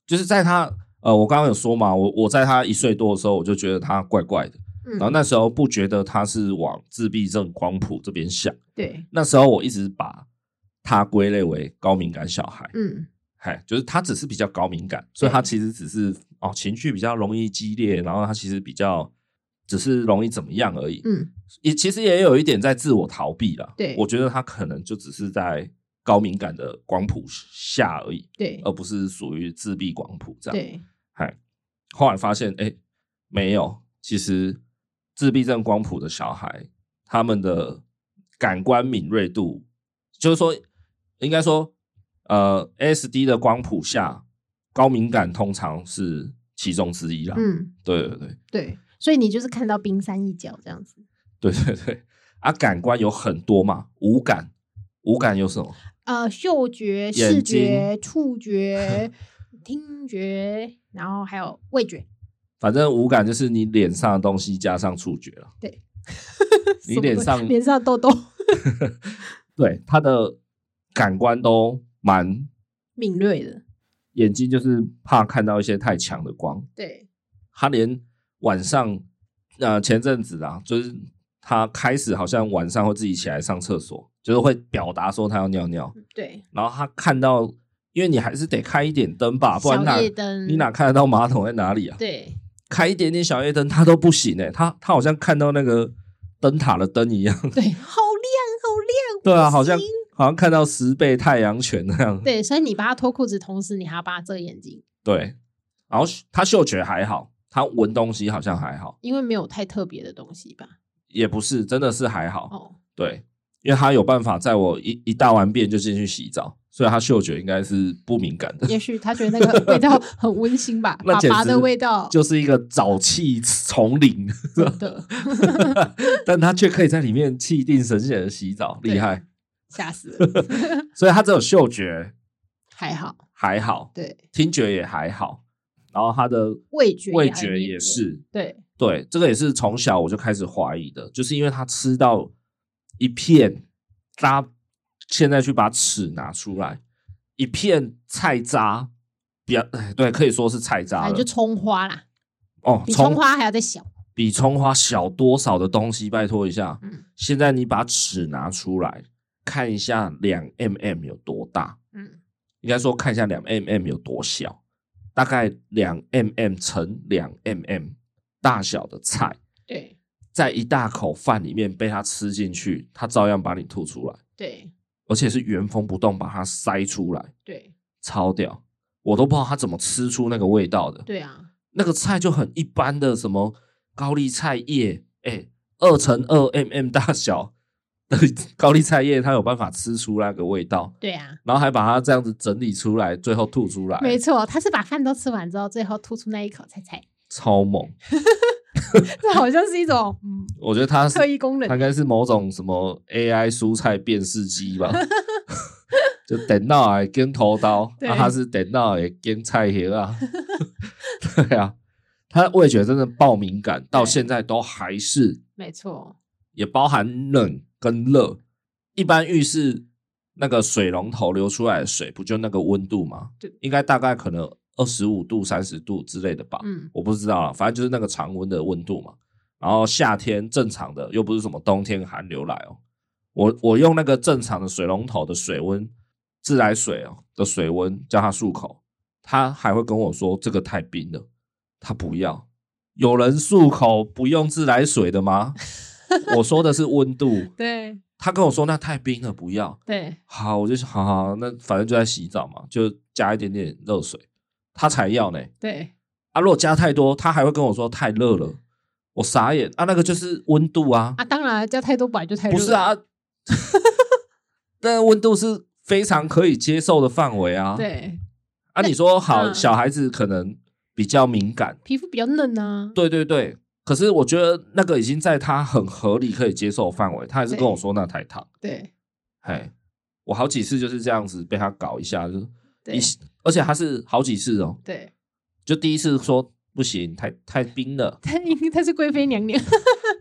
S1: 就是在他呃，我刚刚有说嘛，我我在他一岁多的时候，我就觉得他怪怪的，然后
S2: 嗯，
S1: 那时候不觉得他是往自闭症光谱这边想，
S2: 对，
S1: 那时候我一直把他归类为高敏感小孩。
S2: 嗯，
S1: 嗨，就是他只是比较高敏感，所以他其实只是哦情绪比较容易激烈，然后他其实比较只是容易怎么样而已。
S2: 嗯，
S1: 也其实也有一点在自我逃避啦。
S2: 对
S1: 我觉得他可能就只是在高敏感的光谱下而已，
S2: 对，
S1: 而不是属于自闭光谱这样。
S2: 对，
S1: 嗨，后来发现哎、诶没有，其实自闭症光谱的小孩，他们的感官敏锐度，就是说，应该说，呃，SD 的光谱下，高敏感通常是其中之一啦。
S2: 嗯，
S1: 对对对
S2: 对，所以你就是看到冰山一角这样子。
S1: 对对对，啊，感官有很多嘛，五感，五感有什么？
S2: 呃，嗅觉、
S1: 眼
S2: 视觉、
S1: 睛
S2: 触觉、听觉，然后还有味觉。
S1: 反正五感就是你脸上的东西加上触觉了。你
S2: 什么
S1: 脸
S2: 东西
S1: 上
S2: 脸上痘痘
S1: 对，他的感官都蛮
S2: 敏锐的，
S1: 眼睛就是怕看到一些太强的光，
S2: 对
S1: 他连晚上，呃，前阵子啊，就是他开始好像晚上会自己起来上厕所，就是会表达说他要尿尿，
S2: 对，
S1: 然后他看到，因为你还是得开一点灯吧，啊不然哪
S2: 小夜灯
S1: 你哪看得到马桶在哪里啊？
S2: 对
S1: 开一点点小夜灯他都不行哎、他他好像看到那个灯塔的灯一样，
S2: 对，好亮好亮，
S1: 对啊，
S2: 不
S1: 好像
S2: 行
S1: 好像看到十倍太阳拳那样，
S2: 对，所以你帮他脱裤子，同时你还要帮他遮眼睛，
S1: 对，然后他嗅觉还好，他闻东西好像还好。
S2: 因为没有太特别的东西吧？
S1: 也不是，真的是还好，
S2: 哦，
S1: 对，因为他有办法在我一一大完便就进去洗澡，所以他嗅觉应该是不敏感的，
S2: 也许他觉得 那个味道很温馨吧，
S1: 那
S2: 粑
S1: 简
S2: 粑
S1: 直
S2: 的味道，
S1: 就是一个沼气丛 林，
S2: 真的
S1: 但他却可以在里面气定神闲的洗澡，
S2: 对
S1: 厉害。
S2: 吓死了，
S1: 所以他只有嗅觉
S2: 还好，
S1: 还好，
S2: 对，
S1: 听觉也还好，然后他的
S2: 味觉
S1: 味
S2: 很
S1: 觉
S2: 敏
S1: 也
S2: 锐，
S1: 是，
S2: 对
S1: 对，这个也是从小我就开始怀疑的，就是因为他吃到一片渣，现在去把齿拿出来，一片菜渣，比较哎对，可以说是菜渣
S2: 反
S1: 了
S2: 正啊就。葱花啦，
S1: 哦，
S2: 比葱花还要再小，
S1: 比葱花小多少的东西，拜托一下。
S2: 嗯
S1: 现在你把齿拿出来，看一下两 mm 有多大，
S2: 嗯，
S1: 应该说看一下两 mm 有多小，大概两 mm 乘两 mm 大小的菜。
S2: 对
S1: 在一大口饭里面被它吃进去，它照样把你吐出来，
S2: 对
S1: 而且是原封不动把它塞出来，
S2: 对
S1: 超屌！我都不知道它怎么吃出那个味道的。
S2: 对啊，
S1: 那个菜就很一般的什么高丽菜叶，哎、二乘二 mm 大小的高丽菜叶，它有办法吃出那个味道，
S2: 对啊，
S1: 然后还把它这样子整理出来，最后吐出来，
S2: 没错，他是把饭都吃完之后，最后吐出那一口菜 菜，
S1: 超猛！
S2: 这好像是一种 嗯
S1: 我觉得它是
S2: 特异功能
S1: 它，应该是某种什么 AI 蔬菜辨识机吧， 就电脑的跟头刀，
S2: 对
S1: 啊，它是电脑的跟菜叶啊，对啊，它味觉真的爆敏感，到现在都还是，
S2: 没错，
S1: 也包含冷跟热。一般浴室那个水龙头流出来的水，不就那个温度吗？
S2: 对
S1: 应该大概可能二十五度、三十度之类的吧，
S2: 嗯
S1: 我不知道啊，反正就是那个常温的温度嘛。然后夏天正常的，又不是什么冬天寒流来哦。我我用那个正常的水龙头的水温，自来水哦的水温叫他漱口，他还会跟我说这个太冰了，他不要。有人漱口不用自来水的吗？ 我说的是温度，
S2: 对
S1: 他跟我说那太冰了，不要。
S2: 对，
S1: 好，我就想，好好，那反正就在洗澡嘛，就加一点点热水，他才要呢。
S2: 对，
S1: 啊，如果加太多，他还会跟我说太热了，我傻眼啊，那个就是温度啊，
S2: 啊，当然加太多本来就太热，
S1: 不是啊，， 但温度是非常可以接受的范围啊。，
S2: 对，
S1: 啊，你说好，
S2: 嗯
S1: 小孩子可能比较敏感，
S2: 皮肤比较嫩啊，
S1: 对对对，可是我觉得那个已经在他很合理可以接受的范围，他还是跟我说那太烫，
S2: 对
S1: 嘿，我好几次就是这样子被他搞一下，就是。
S2: 对
S1: 一，而且他是好几次哦，
S2: 对，
S1: 就第一次说不行，太太冰了，
S2: 她应 该她是贵妃 娘娘，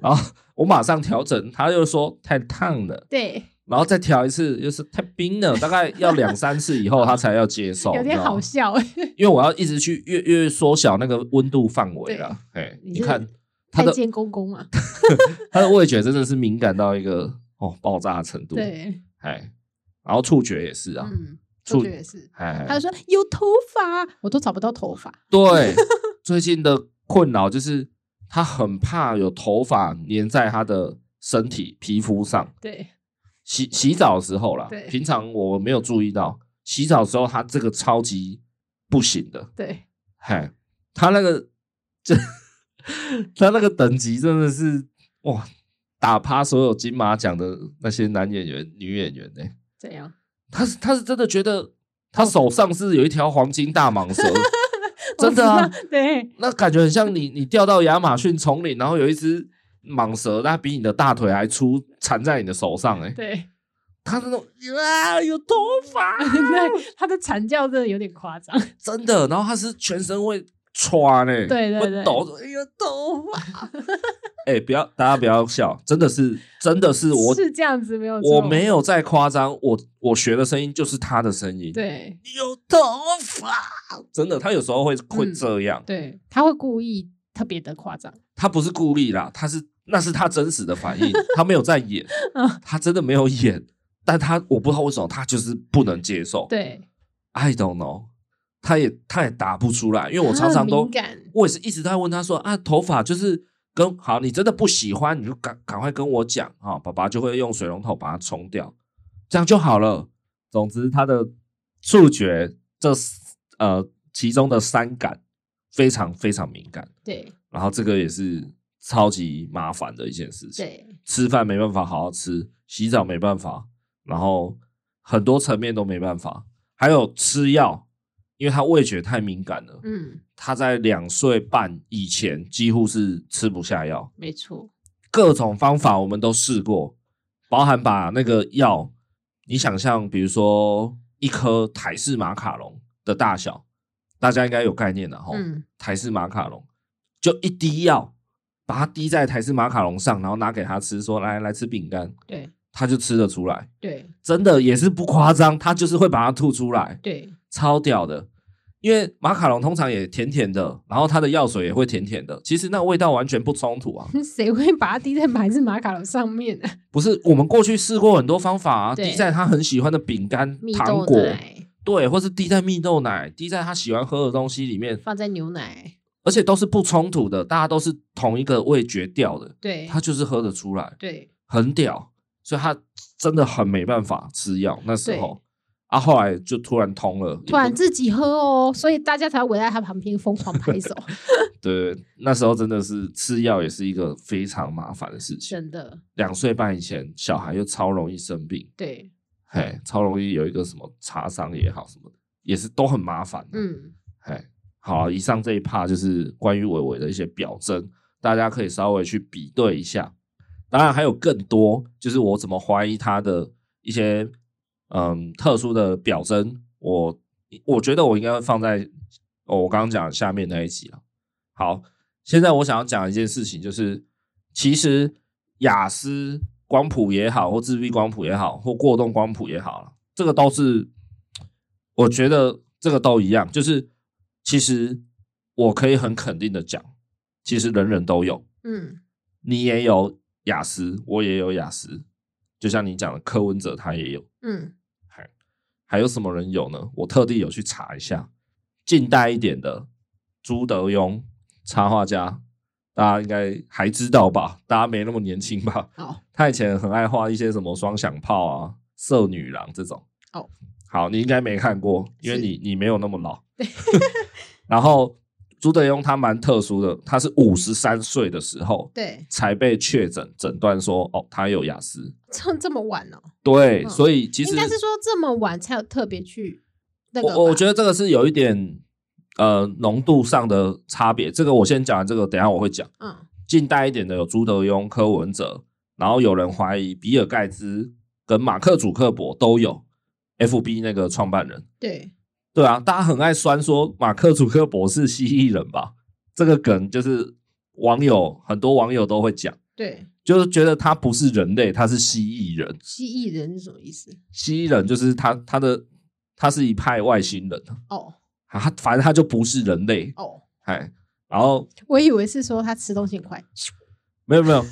S1: 然后我马上调整，他又说太烫了，
S2: 对，
S1: 然后再调一次，又是太冰了，大概要两三次以后他才要接受，
S2: 有
S1: 你哦知
S2: 点
S1: 道吗
S2: 好笑哎，
S1: 因为我要一直去越越缩小那个温度范围啦。哎，
S2: 你
S1: 你
S2: 是
S1: 看他
S2: 太
S1: 的
S2: 监公公嘛，
S1: 他的味觉真的是敏感到一个哦爆炸的程度，，
S2: 对，
S1: 哎，然后触觉也是啊，
S2: 嗯，
S1: 处
S2: 我觉得也是。
S1: 哎，
S2: 他就说有头发，我都找不到头发。
S1: 对，最近的困扰就是他很怕有头发粘在他的身体皮肤上。
S2: 对
S1: 洗洗澡的时候啦
S2: 对，
S1: 平常我没有注意到，洗澡的时候他这个超级不行的，
S2: 对，
S1: 嘿，他那个这他那个等级真的是哇，打趴所有金马奖的那些男演员、女演员呢、
S2: 这样？
S1: 他是他是真的觉得他手上是有一条黄金大蟒 蛇，真的
S2: 我
S1: 啊
S2: 知，道？对
S1: 那感觉很像你你掉到亚马逊丛林，然后有一只蟒蛇，它比你的大腿还粗，缠在你的手上、欸，哎，
S2: 对，
S1: 它那种啊有头发，
S2: 哎对，他的惨叫真的有点夸张。
S1: 真的，然后它是全身会穿呢、欸，
S2: 对对对
S1: 会抖，哎呦头发， 哎、不要大家不要笑，真的是真的是我
S2: 是这样子没有错？
S1: 我没有在夸张，我我学的声音就是他的声音，，
S2: 对
S1: 有头发，真的，他有时候会会
S2: 嗯
S1: 这样，
S2: 对，他会故意特别的夸张。
S1: 他不是故意啦，他是那是他真实的反 应，他没有在演
S2: 嗯，
S1: 他真的没有演，但他我不知道为什么他就是不能接受。
S2: 对，
S1: ，I don't know，他也他也答不出来，因
S2: 因
S1: 为我常常都
S2: 敏感。
S1: 我也是一直在问他说啊，头发就是跟好，你真的不喜欢你就赶赶快跟我讲啊、爸爸就会用水龙头把它冲掉，这样就好了。总之，他的触觉这呃其中的三感非常非常敏感。
S2: 对
S1: 然后这个也是超级麻烦的一件事情。
S2: 对
S1: 吃饭没办法好好吃，洗澡没办法，然后很多层面都没办法。还有吃药，因为他味觉太敏感了，
S2: 嗯，
S1: 他在两岁半以前几乎是吃不下药，
S2: 没错。
S1: 各种方法我们都试过，包含把那个药，你想象，比如说一颗台式马卡龙的大小，大家应该有概念的哈。
S2: 嗯，
S1: 台式马卡龙，就一滴药把它滴在台式马卡龙上，然后拿给他吃，说来来吃饼干，
S2: 对
S1: 他就吃得出来，
S2: 对
S1: 真的也是不夸张，他就是会把它吐出来，
S2: 对
S1: 超屌的。因为马卡龙通常也甜甜的，然后它的药水也会甜甜的，其实那味道完全不冲突啊。
S2: 那谁会把它滴在白字马卡龙上面呢、啊？
S1: 不是，我们过去试过很多方法啊，
S2: 对
S1: 滴在他很喜欢的饼干、
S2: 蜜
S1: 糖
S2: 豆
S1: 果，
S2: 奶
S1: 对，或是滴在蜜豆奶，滴在他喜欢喝的东西里面，
S2: 放在牛奶，
S1: 而且都是不冲突的，大家都是同一个味觉调的。
S2: 对
S1: 他就是喝得出来，
S2: 对
S1: 很屌，所以他真的很没办法吃药。那时候啊，后来就突然通了，
S2: 突然
S1: 也不
S2: 自己喝哦，所以大家才围在他旁边疯狂拍 手，
S1: 对，那时候真的是吃药也是一个非常麻烦的事情。
S2: 真的，
S1: 两岁半以前，小孩又超容易生病，
S2: 对，
S1: 嘿，超容易有一个什么擦伤也好什么的，也是都很麻烦。嗯，
S2: 嗯，
S1: 嘿，好，以上这一趴就是关于伟伟的一些表征，大家可以稍微去比对一下。当然还有更多，就是我怎么怀疑他的一些嗯特殊的表征，我我觉得我应该会放在、哦、我刚刚讲的下面那一集了。好，现在我想要讲一件事情，就是其实雅思光谱也好，或自闭光谱也好，或过动光谱也好，这个都是我觉得这个都一样，就是其实我可以很肯定的讲，其实人人都有，
S2: 嗯
S1: 你也有雅思，我也有雅思，就像你讲的，柯文哲他也有，
S2: 嗯
S1: 还有什么人有呢？我特地有去查一下，近代一点的朱德庸插画家，大家应该还知道吧？大家没那么年轻吧？
S2: 好，
S1: 他以前很爱画一些什么双响炮啊、色女郎这种。
S2: 哦，
S1: 好，你应该没看过，因为
S2: 是
S1: 你你没有那么老。 然后朱德庸他蛮特殊的，他是五十三岁的时候
S2: 对，
S1: 才被确诊诊断说，哦，他有雅思。
S2: 这这么晚哦，
S1: 对，
S2: 嗯
S1: 所以其实
S2: 应该是说这么晚才有特别去那个吧，
S1: 我我觉得这个是有一点呃浓度上的差别。这个我先讲完这个，等一下我会讲。
S2: 嗯
S1: 近代一点的有朱德庸、柯文哲，然后有人怀疑比尔盖茨跟马克·祖克伯都有 FB 那个创办人。
S2: 对，
S1: 对啊，大家很爱酸说马克·祖克伯是蜥蜴人吧？这个梗就是网友很多网友都会讲，
S2: 对，
S1: 就是觉得他不是人类，他是蜥蜴人。
S2: 蜥蜴人是什么意思？
S1: 蜥蜴人就是他他的他是一派外星人啊
S2: 哦
S1: 他反正他就不是人类，
S2: 哦，
S1: 哎，然后
S2: 我以为是说他吃东西很快，
S1: 没有没有，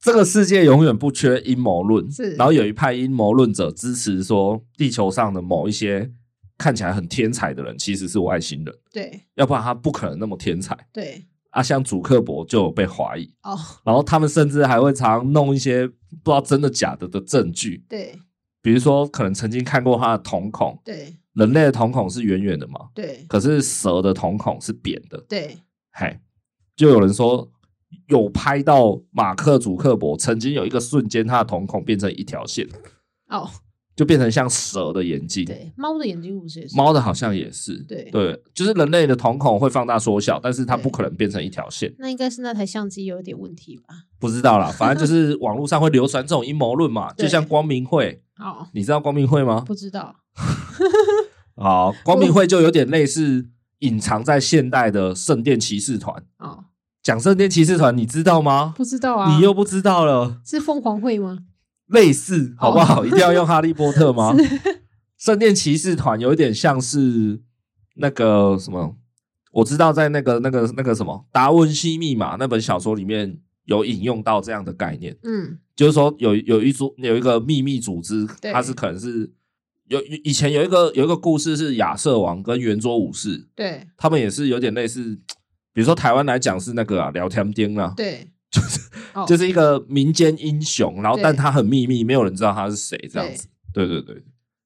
S1: 这个世界永远不缺阴谋论，
S2: 是
S1: 然后有一派阴谋论者支持说，地球上的某一些看起来很天才的人其实是外星人，
S2: 对
S1: 要不然他不可能那么天才
S2: 对，
S1: 啊。像祖克伯就有被怀疑，
S2: 哦
S1: 然后他们甚至还会常弄一些不知道真的假的的证据，
S2: 对
S1: 比如说可能曾经看过他的瞳孔，
S2: 对
S1: 人类的瞳孔是圆圆的嘛，
S2: 对
S1: 可是蛇的瞳孔是扁的。
S2: 对，
S1: 嘿，就有人说有拍到马克·祖克伯曾经有一个瞬间，他的瞳孔变成一条线，
S2: 哦
S1: 就变成像蛇的眼睛。
S2: 对，猫的眼睛不是也是
S1: 猫的好像也是，
S2: 对
S1: 就是人类的瞳孔会放大缩小，但是它
S2: 对
S1: 不可能变成一条线。
S2: 那应该是那台相机有点问题吧？
S1: 不知道啦，反正 就是网络上会流传这种阴谋论嘛，
S2: 对
S1: 就像光明会，
S2: 哦，
S1: 你知道光明会吗？
S2: 不知道，
S1: 好，光明会就有点类似隐藏在现代的圣殿骑士团。
S2: 哦，
S1: 讲圣殿骑士团，你知道吗？
S2: 不知道啊，
S1: 你又不知道了。
S2: 是凤凰会吗？
S1: 类似，好不好？一定要用哈利波特吗？圣殿骑士团有一点像是那个什么，我知道在那个那个那个什么《达文西密码》那本小说里面有引用到这样的概念，
S2: 嗯，
S1: 就是说有有一组有一个秘密组织，
S2: 对
S1: 它是可能是有以前有一个有一个故事是亚瑟王跟圆桌武士，
S2: 对
S1: 他们也是有点类似，比如说台湾来讲是那个啊聊天钉啊，
S2: 对，哦
S1: 就是一个民间英雄，然后
S2: 对
S1: 但他很秘密，没有人知道他是谁，这样子。对对对，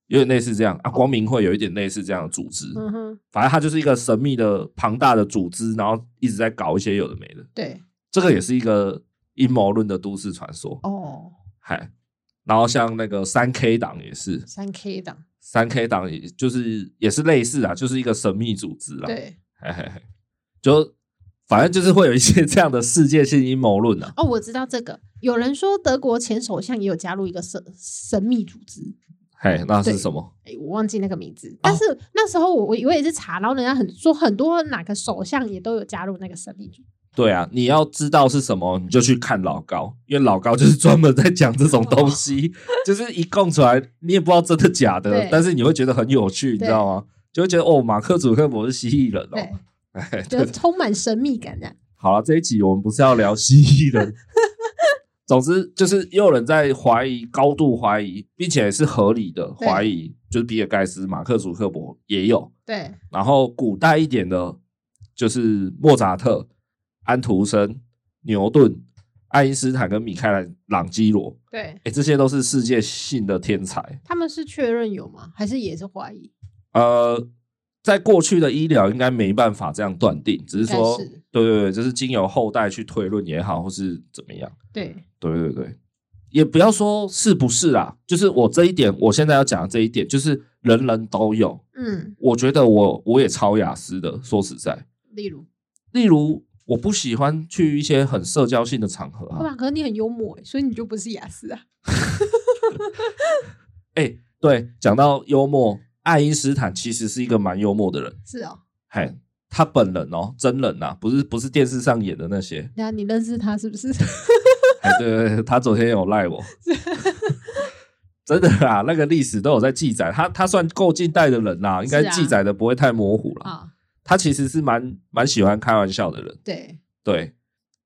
S1: 有点类似这样啊。光明会有一点类似这样的组织，
S2: 哦嗯哼，
S1: 反正它就是一个神秘的庞大的组织，然后一直在搞一些有的没的。
S2: 对，
S1: 这个也是一个阴谋论的都市传说，
S2: 哦，
S1: 嗨。然后像那个三 K 党也是，
S2: 三 K 档，
S1: 三 K 党也就是也是类似啊，就是一个神秘组织啦。
S2: 对，
S1: 嘿嘿嘿，就反正就是会有一些这样的世界性阴谋论啊。
S2: 哦，我知道这个。有人说德国前首相也有加入一个神神秘组织，
S1: 嘿，那是
S2: 对
S1: 什么？
S2: 哎，我忘记那个名字。
S1: 哦
S2: 但是那时候我我我也是查，然后人家很说很多哪个首相也都有加入那个神秘组织。
S1: 对啊，你要知道是什么，你就去看老高，因为老高就是专门在讲这种东西，就是一供出来，你也不知道真的假的
S2: 对，
S1: 但是你会觉得很有趣，你知道吗？就会觉得哦，马克·祖克伯是蜥蜴人
S2: 对
S1: 哦。， 哎，
S2: 就
S1: 对，
S2: 充满神秘感的。
S1: 好了，这一集我们不是要聊蜥蜴人，总之就是也有人在怀疑，高度怀疑，并且是合理的
S2: 对
S1: 怀疑，就是比尔盖茨、马克·祖克伯也有，
S2: 对，
S1: 然后古代一点的，就是莫扎特、安徒生、牛顿、爱因斯坦跟米开朗朗基罗，
S2: 对，
S1: 哎，这些都是世界性的天才。
S2: 他们是确认有吗？还是也是怀疑？
S1: 呃，在过去的医疗应该没办法这样断定，只是说，
S2: 应该是
S1: 对对对，就是经由后代去推论也好，或是怎么样。
S2: 对，
S1: 对对对，也不要说是不是啦，就是我这一点，我现在要讲的这一点，就是人人都有。
S2: 嗯，
S1: 我觉得我我也超雅思的，说实在。
S2: 例如，
S1: 例如，我不喜欢去一些很社交性的场合
S2: 对
S1: 啊。
S2: 吧？可是你很幽默欸，所以你就不是雅思啊。
S1: 哎、对，讲到幽默，爱因斯坦其实是一个蛮幽默的人。
S2: 是哦，
S1: 嘿，他本人哦，真人呐、不是不是电视上演的那些。
S2: 那啊你认识他是不是？
S1: 哎，对对对，他昨天有赖我。真的啦，那个历史都有在记载，他他算够近代的人啦，应该
S2: 是啊
S1: 记载的不会太模糊啦。
S2: 啊，
S1: 他其实是蛮蛮喜欢开玩笑的人，
S2: 对。
S1: 对，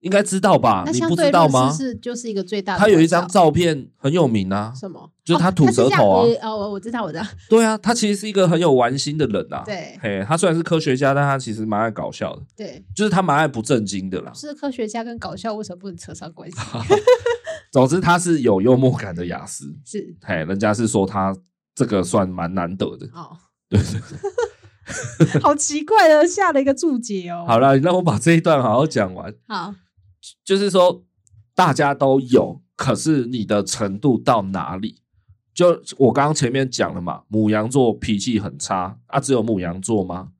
S1: 应该知道吧？啊
S2: 那
S1: 你
S2: 相
S1: 不
S2: 对
S1: 知道
S2: 论
S1: 吗
S2: 是？是就是一个最大的。
S1: 他有一张照片很有名啊，
S2: 什么？
S1: 就是他
S2: 哦
S1: 吐
S2: 是这
S1: 舌
S2: 样
S1: 头啊
S2: 呃哦，我我知道，我知道。
S1: 对啊，他其实是一个很有玩心的人啊。，
S2: 对
S1: 嘿，他虽然是科学家，但他其实蛮爱搞笑的，
S2: 对，
S1: 就是他蛮爱不正经的啦。
S2: 是科学家跟搞笑为什么不能扯上 关系？
S1: 总之，他是有幽默感的雅思，
S2: 是
S1: 嘿，人家是说他这个算蛮难得的。
S2: 哦，
S1: 对，
S2: 好奇怪的下了一个注解哦。
S1: 好了，你让我把这一段好好讲完。
S2: 好，
S1: 就是说大家都有，可是你的程度到哪里？就我刚刚前面讲了嘛，母羊座脾气很差啊，只有母羊座吗？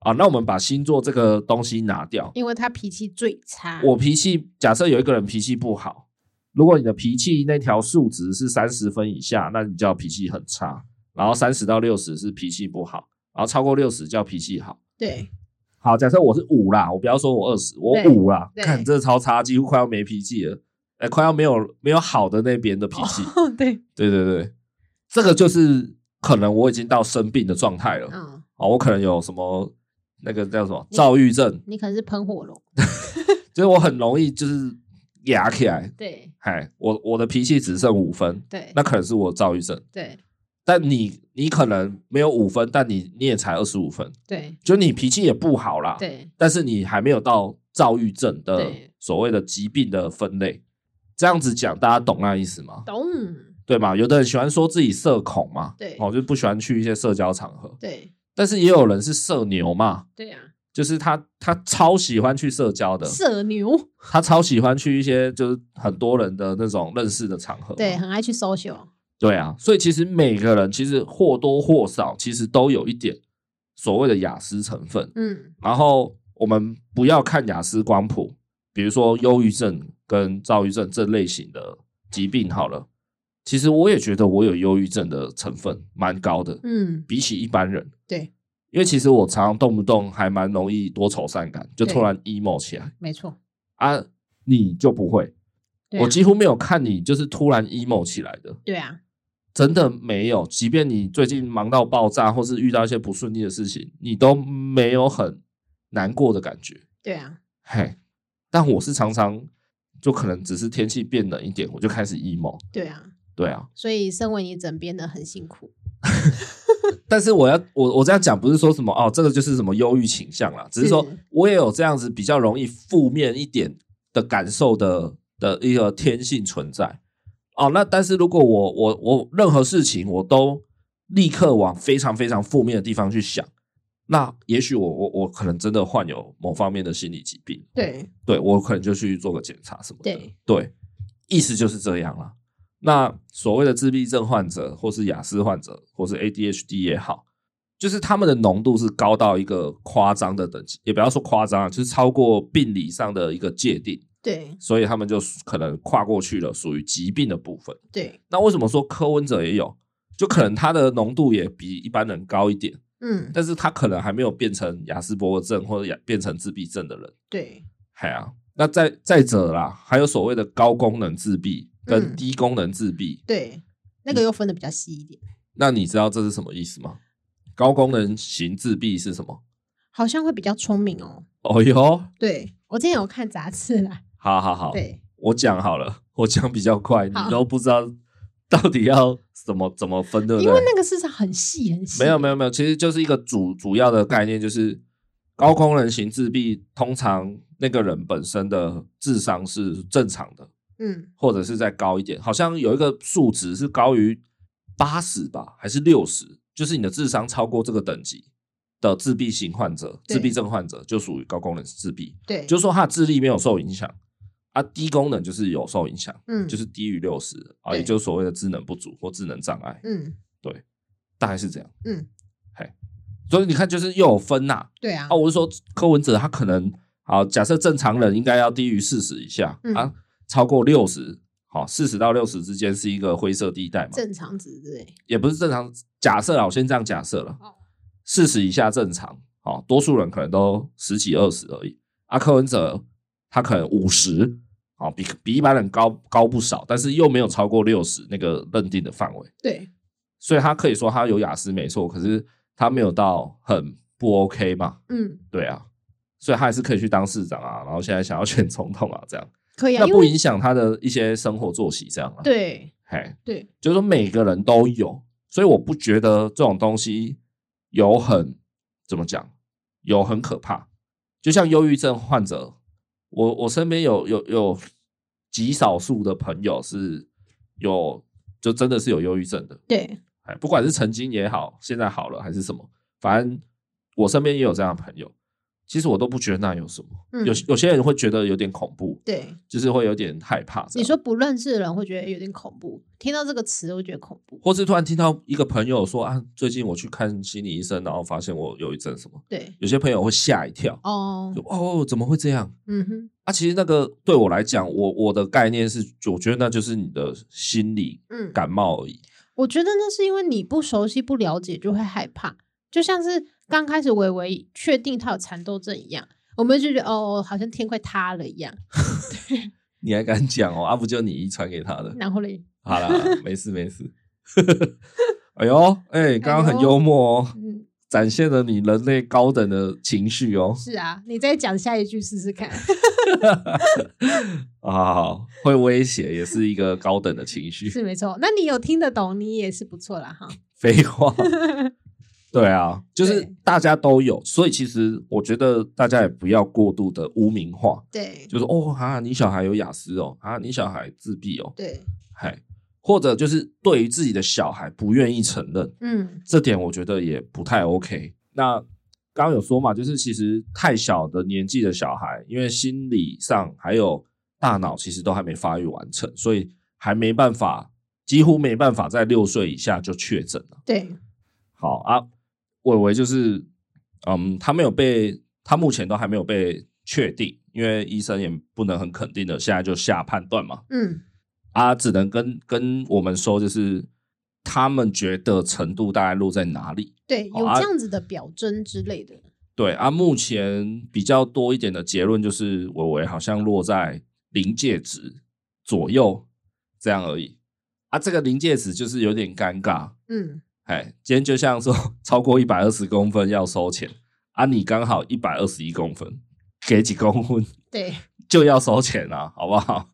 S1: 啊，那我们把星座这个东西拿掉，
S2: 因为他脾气最差。
S1: 我脾气假设有一个人脾气不好，如果你的脾气那条数值是三十分以下，那你叫脾气很差；然后三十到六十是脾气不好，然后超过六十叫脾气好。
S2: 对
S1: 好，假设我是五啦，我不要说我二十，我
S2: 对
S1: 五啦，
S2: 对
S1: 看这超差，几乎快要没脾气了，哎、快要没有没有好的那边的脾气。
S2: 哦对，
S1: 对对对，这个就是可能我已经到生病的状态了啊、
S2: 嗯，
S1: 哦，我可能有什么那个叫什么躁郁症，
S2: 你可能是喷火龙。
S1: 就是我很容易就是压起来，
S2: 对
S1: 哎，我我的脾气只剩五分，
S2: 对
S1: 那可能是我躁郁症。
S2: 对
S1: 但你你可能没有五分，但你你也才二十五分，
S2: 对啊
S1: 就你脾气也不好啦。
S2: 对
S1: 但是你还没有到躁郁症的
S2: 对
S1: 所谓的疾病的分类。这样子讲，大家懂那意思吗？
S2: 懂。
S1: 对吧？有的人喜欢说自己社恐嘛，
S2: 对
S1: 哦，就不喜欢去一些社交场合。
S2: 对
S1: 但是也有人是社牛嘛，
S2: 对啊，
S1: 就是他他超喜欢去社交的，
S2: 社牛。
S1: 他超喜欢去一些就是很多人的那种认识的场合。
S2: 对，，很爱去 social。
S1: 对啊，所以其实每个人其实或多或少其实都有一点所谓的雅思成分。
S2: 嗯，
S1: 然后我们不要看雅思光谱，比如说忧郁症跟躁郁症这类型的疾病好了。其实我也觉得我有忧郁症的成分蛮高的，
S2: 嗯，
S1: 比起一般人。
S2: 对，
S1: 因为其实我常常动不动还蛮容易多愁善感，就
S2: 对
S1: 突然 emo 起来
S2: 没错。
S1: 啊，你就不会。
S2: 对
S1: 我
S2: 啊，
S1: 几乎没有看你就是突然 emo 起来的，
S2: 对啊，
S1: 真的没有。即便你最近忙到爆炸，或是遇到一些不顺利的事情，你都没有很难过的感觉。
S2: 对啊，
S1: 嘿，但我是常常就可能只是天气变冷一点，我就开始 emo。
S2: 对啊。
S1: 对啊，
S2: 所以，身为你枕边的很辛苦。
S1: 但是我要我我这样讲不是说什么哦，这个就是什么忧郁倾向啦，只是说
S2: 是
S1: 我也有这样子比较容易负面一点的感受的的一个天性存在。哦，那但是如果我我我任何事情我都立刻往非常非常负面的地方去想，那也许我我我可能真的患有某方面的心理疾病。
S2: 对
S1: 对我可能就去做个检查什么的。
S2: 对
S1: 意思就是这样啦。那所谓的自闭症患者，或是雅思患者，或是 ADHD 也好，就是他们的浓度是高到一个夸张的等级，也不要说夸张啊，就是超过病理上的一个界定，
S2: 对
S1: 所以他们就可能跨过去了，属于疾病的部分。
S2: 对，
S1: 那为什么说柯文哲也有？就可能他的浓度也比一般人高一点，
S2: 嗯，
S1: 但是他可能还没有变成雅斯伯格症或者亚变成自闭症的人。
S2: 对
S1: 嗨啊，那再再者啦，还有所谓的高功能自闭跟
S2: 嗯
S1: 低功能自闭，
S2: 对，那个又分的比较细一点，
S1: 那你知道这是什么意思吗？高功能型自闭是什么？
S2: 好像会比较聪明哦。
S1: 哦哟，
S2: 对我之前有看杂志啦，
S1: 好好好，
S2: 对
S1: 我讲好了，我讲比较快，你
S2: 好
S1: 都不知道到底要怎么怎么分，对不
S2: 因为
S1: 对？
S2: 那个市场很细很细，
S1: 没有没有没有，其实就是一个主主要的概念，就是高功能型自闭，通常那个人本身的智商是正常的，
S2: 嗯，
S1: 或者是再高一点，好像有一个数值是高于八十吧，还是六十，就是你的智商超过这个等级的自闭型患者、
S2: 对
S1: 自闭症患者就属于高功能自闭，
S2: 对，
S1: 就是说他的智力没有受影响，啊，低功能就是有受影响，
S2: 嗯
S1: 就是低于六十啊，
S2: 对
S1: 也就是所谓的智能不足或智能障碍，
S2: 嗯
S1: 大概是这样。
S2: 嗯，
S1: 所以你看，就是又有分呐、
S2: 对啊
S1: 啊，，我是说柯文哲他可能好，假设正常人应该要低于四十以下、
S2: 嗯
S1: 啊，超过六十，好，四十到六十之间是一个灰色地带嘛，
S2: 正常值之类，
S1: 也不是正常。假设啦，我先这样假设了
S2: 哦，
S1: 四十以下正常，好，多数人可能都十几二十而已。啊，柯文哲他可能五十，好、比比一般人高高不少，但是又没有超过六十那个认定的范围，
S2: 对
S1: 所以他可以说他有雅思没错，可是他没有到很不 OK 嘛，
S2: 嗯，
S1: 对啊，所以他还是可以去当市长啊，然后现在想要选总统啊，这样，
S2: 可以啊，
S1: 那
S2: 因
S1: 不
S2: 为
S1: 影响他的一些生活作息这样啊，，
S2: 对
S1: 嘿，
S2: 对，
S1: 就是说每个人都有，所以我不觉得这种东西有很怎么讲，有很可怕。就像忧郁症患者，我我身边有有有极少数的朋友是有就真的是有忧郁症的，
S2: 对，
S1: 哎，不管是曾经也好，现在好了还是什么，反正我身边也有这样的朋友。其实我都不觉得那有什么，
S2: 嗯
S1: 有有些人会觉得有点恐怖，
S2: 对，
S1: 就是会有点害怕这样。
S2: 你说不认识的人会觉得有点恐怖，听到这个词我觉得恐怖，
S1: 或是突然听到一个朋友说啊，最近我去看心理医生，然后发现我有一阵什么，
S2: 对，
S1: 有些朋友会吓一跳，
S2: 哦
S1: 就，哦怎么会这样
S2: 嗯哼，
S1: 啊？其实那个对我来讲，我我的概念是，我觉得那就是你的心理
S2: 嗯，
S1: 感冒而已。
S2: 我觉得那是因为你不熟悉、不了解，就会害怕。就像是刚开始维维确定他有蚕豆症一样，我们就觉得哦，好像天快塌了一 样。
S1: 你还敢讲哦？啊，不就你遗传给他的？
S2: 然后嘞，
S1: 好啦，没事没事。哎呦，哎、刚刚很幽默哦，
S2: 嗯，
S1: 展现了你人类高等的情绪哦。
S2: 是啊，你再讲下一句试 试看。
S1: 啊，好好会威胁也是一个高等的情绪。
S2: 是没错，那你有听得懂，你也是不错啦哈。
S1: 废话，对啊，就是
S2: 对
S1: 大家都有，所以其实我觉得大家也不要过度的污名化，
S2: 对
S1: 就是哦啊，你小孩有雅思哦，啊，你小孩自闭哦，
S2: 对，
S1: 嗨，或者就是对于自己的小孩不愿意承认，
S2: 嗯
S1: 这点我觉得也不太 OK。那刚刚有说嘛，就是其实太小的年纪的小孩，因为心理上还有大脑其实都还没发育完成，所以还没办法，几乎没办法在六岁以下就确诊了。
S2: 对，
S1: 好啊，伟伟就是，嗯，他没有被，他目前都还没有被确定，因为医生也不能很肯定的现在就下判断嘛，
S2: 嗯
S1: 啊，只能跟跟我们说，就是他们觉得程度大概落在哪里。
S2: 对，
S1: 好
S2: 有
S1: 啊
S2: 这样子的表征之类的。
S1: 对啊，目前比较多一点的结论就是，伟伟好像落在临界值左右这样而已。啊，这个临界值就是有点尴尬，
S2: 嗯，
S1: 哎，今天就像说 超过一百二十公分要收钱啊，你刚好一百二十一公分，给几公分
S2: 对
S1: 就要收钱啊，好不好？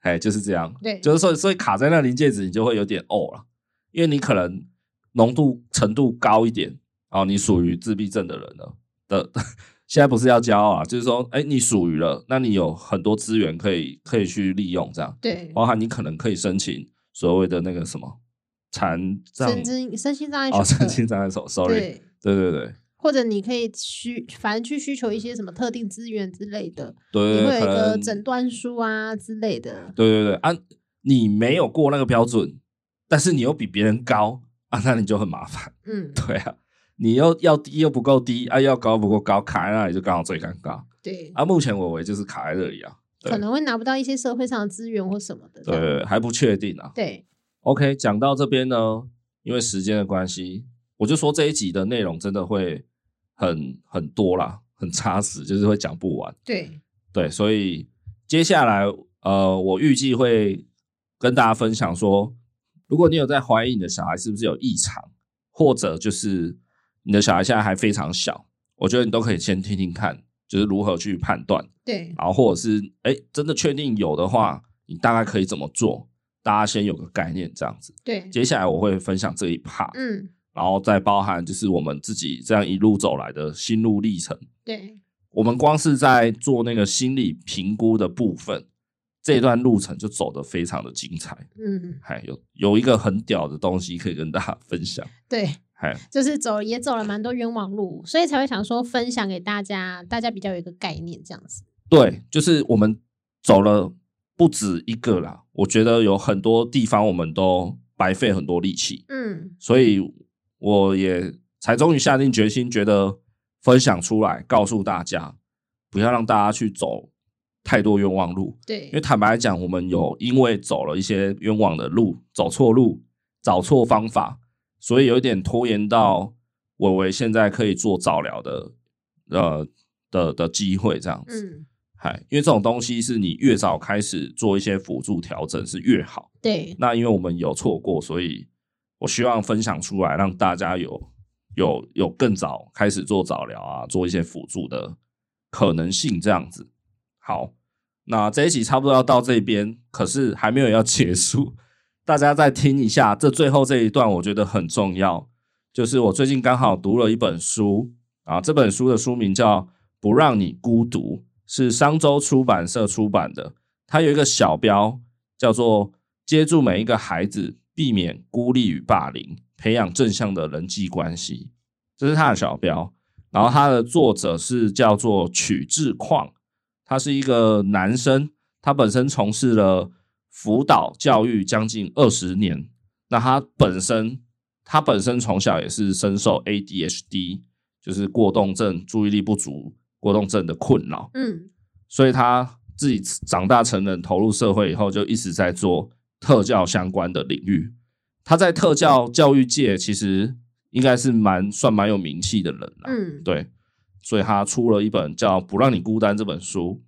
S1: 哎，就是这样，
S2: 对
S1: 就是说，所以卡在那临界值，你就会有点哦了，因为你可能浓度程度高一点哦，你属于自闭症的人了的。 现在不是要骄傲啊，就是说，哎，你属于了，那你有很多资源可以可以去利用，这样
S2: 对，
S1: 包含你可能可以申请所谓的那个什么残障
S2: 身心身心障碍
S1: 哦，
S2: 手册
S1: 身心障碍手，sorry，
S2: 对，
S1: 对对对
S2: 或者你可以需反正去需求一些什么特定资源之类的，你
S1: 对
S2: 会
S1: 对，呃
S2: 有
S1: 可
S2: 一
S1: 能
S2: 个诊断书啊之类的。
S1: 对对对啊，你没有过那个标准，但是你又比别人高啊，那你就很麻烦，
S2: 嗯，
S1: 对啊，你又要低又不够低啊，要高不够高，卡在那里就刚好最尴尬
S2: 对，
S1: 啊。目前我为就是卡在这里啊，对
S2: 可能会拿不到一些社会上的资源或什么的。
S1: 对对，对还不确定啊。
S2: 对
S1: OK，讲到这边呢，因为时间的关系，我就说这一集的内容真的会很很多啦，很扎实，就是会讲不完。
S2: 对
S1: 对，所以接下来呃，我预计会跟大家分享说，如果你有在怀疑你的小孩是不是有异常，或者就是你的小孩现在还非常小，我觉得你都可以先听听看，就是如何去判断，
S2: 对
S1: 然后或者是哎、诶真的确定有的话，你大概可以怎么做，大家先有个概念这样子。
S2: 对，
S1: 接下来我会分享这一 part，、
S2: 嗯，
S1: 然后再包含就是我们自己这样一路走来的心路历程。
S2: 对
S1: 我们光是在做那个心理评估的部分，这段路程就走得非常的精彩，
S2: 嗯
S1: 还有有一个很屌的东西可以跟大家分享，
S2: 对，
S1: 还
S2: 就是走也走了蛮多冤枉路，所以才会想说分享给大家，大家比较有一个概念这样子。
S1: 对，就是我们走了不止一个啦，我觉得有很多地方我们都白费很多力气，
S2: 嗯，
S1: 所以我也才终于下定决心，觉得分享出来，告诉大家，不要让大家去走太多冤枉路。
S2: 对
S1: 因为，坦白讲，我们有因为走了一些冤枉的路，走错路，找错方法，所以有一点拖延到伟伟现在可以做早疗的，呃的的机会这样子。
S2: 嗯，
S1: 嗨，因为这种东西是你越早开始做一些辅助调整是越好。
S2: 对，
S1: 那因为我们有错过，所以我希望分享出来，让大家有有有更早开始做早疗啊，做一些辅助的可能性，这样子。好，那这一集差不多要到这边，可是还没有要结束， 大家再听一下这最后这一段，我觉得很重要。就是我最近刚好读了一本书啊，这本书的书名叫《不让你孤独》，是商周出版社出版的。它有一个小标叫做“接住每一个孩子，避免孤立与霸凌，培养正向的人际关系”，这是它的小标。然后它的作者是叫做曲志旷，他是一个男生，他本身从事了辅导教育将近二十年。那他本身他本身从小也是深受 ADHD，就是过动症、注意力不足过动症的困扰，
S2: 嗯，
S1: 所以他自己长大成人，投入社会以后，就一直在做特教相关的领域。他在特
S2: 嗯
S1: 教教育界其实应该是蛮算蛮有名气的人了，
S2: 嗯
S1: 对，啊所以他出了一本叫《不让你孤单》这本书。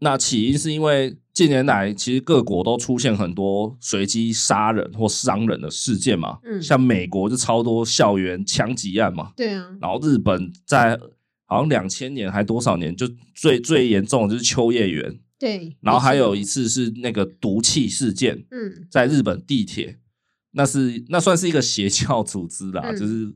S1: 那起因是因为近年来，其实各国都出现很多随机杀人或伤人的事件嘛，
S2: 嗯
S1: 像美国就超多校园枪击案嘛，
S2: 对啊，
S1: 然后日本在好像两千年还多少年，就最最严重的就是秋叶原，
S2: 对，
S1: 然后还有一次是那个毒气事件，
S2: 嗯，
S1: 在日本地铁，那是那算是一个邪教组织啦，
S2: 嗯
S1: 就是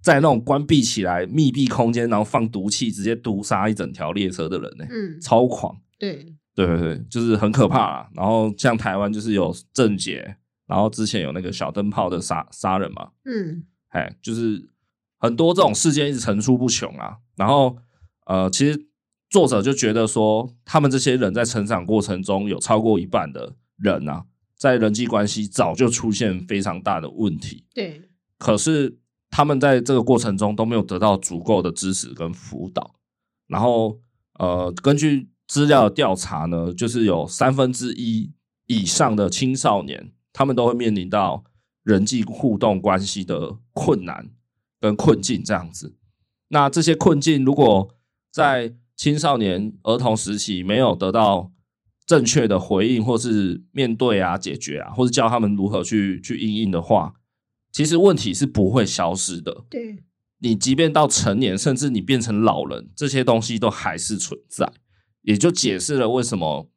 S1: 在那种关闭起来密闭空间，然后放毒气，直接毒杀一整条列车的人呢、
S2: 嗯，
S1: 超狂。
S2: 对，
S1: 对对对，就是很可怕啦。然后像台湾就是有郑捷，然后之前有那个小灯泡的杀杀人嘛，
S2: 嗯，
S1: 哎，就是很多这种事件一直层出不穷啊。然后呃，其实作者就觉得说，他们这些人在成长过程中有超过一半的人啊，在人际关系早就出现非常大的问题，
S2: 对，
S1: 可是他们在这个过程中都没有得到足够的支持跟辅导。然后呃，根据资料的调查呢，就是有三分之一以上的青少年，他们都会面临到人际互动关系的困难跟困境这样子。那这些困境如果在青少年儿童时期没有得到正确的回应，或是面对啊、解决啊，或是教他们如何去去应应的话，其实问题是不会消失的。
S2: 对，
S1: 你即便到成年，甚至你变成老人，这些东西都还是存在，也就解释了为什么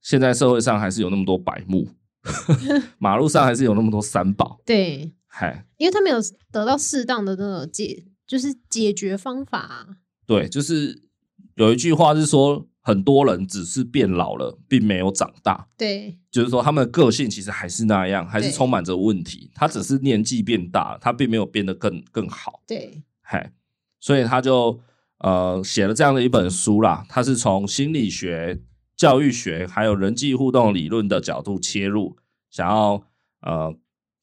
S1: 现在社会上还是有那么多百目， 马路上还是有那么多三宝。
S2: 对，
S1: 嗨，
S2: 因为他没有得到适当的那个解，就是解决方法啊，
S1: 对，就是有一句话是说，很多人只是变老了，并没有长大，
S2: 对，
S1: 就是说他们的个性其实还是那样，还是
S2: 对
S1: 充满着问题。他只是年纪变大了，他并没有变得更更好。
S2: 对，
S1: 嗨，所以他就呃写了这样的一本书啦。他是从心理学、教育学还有人际互动理论的角度切入，想要呃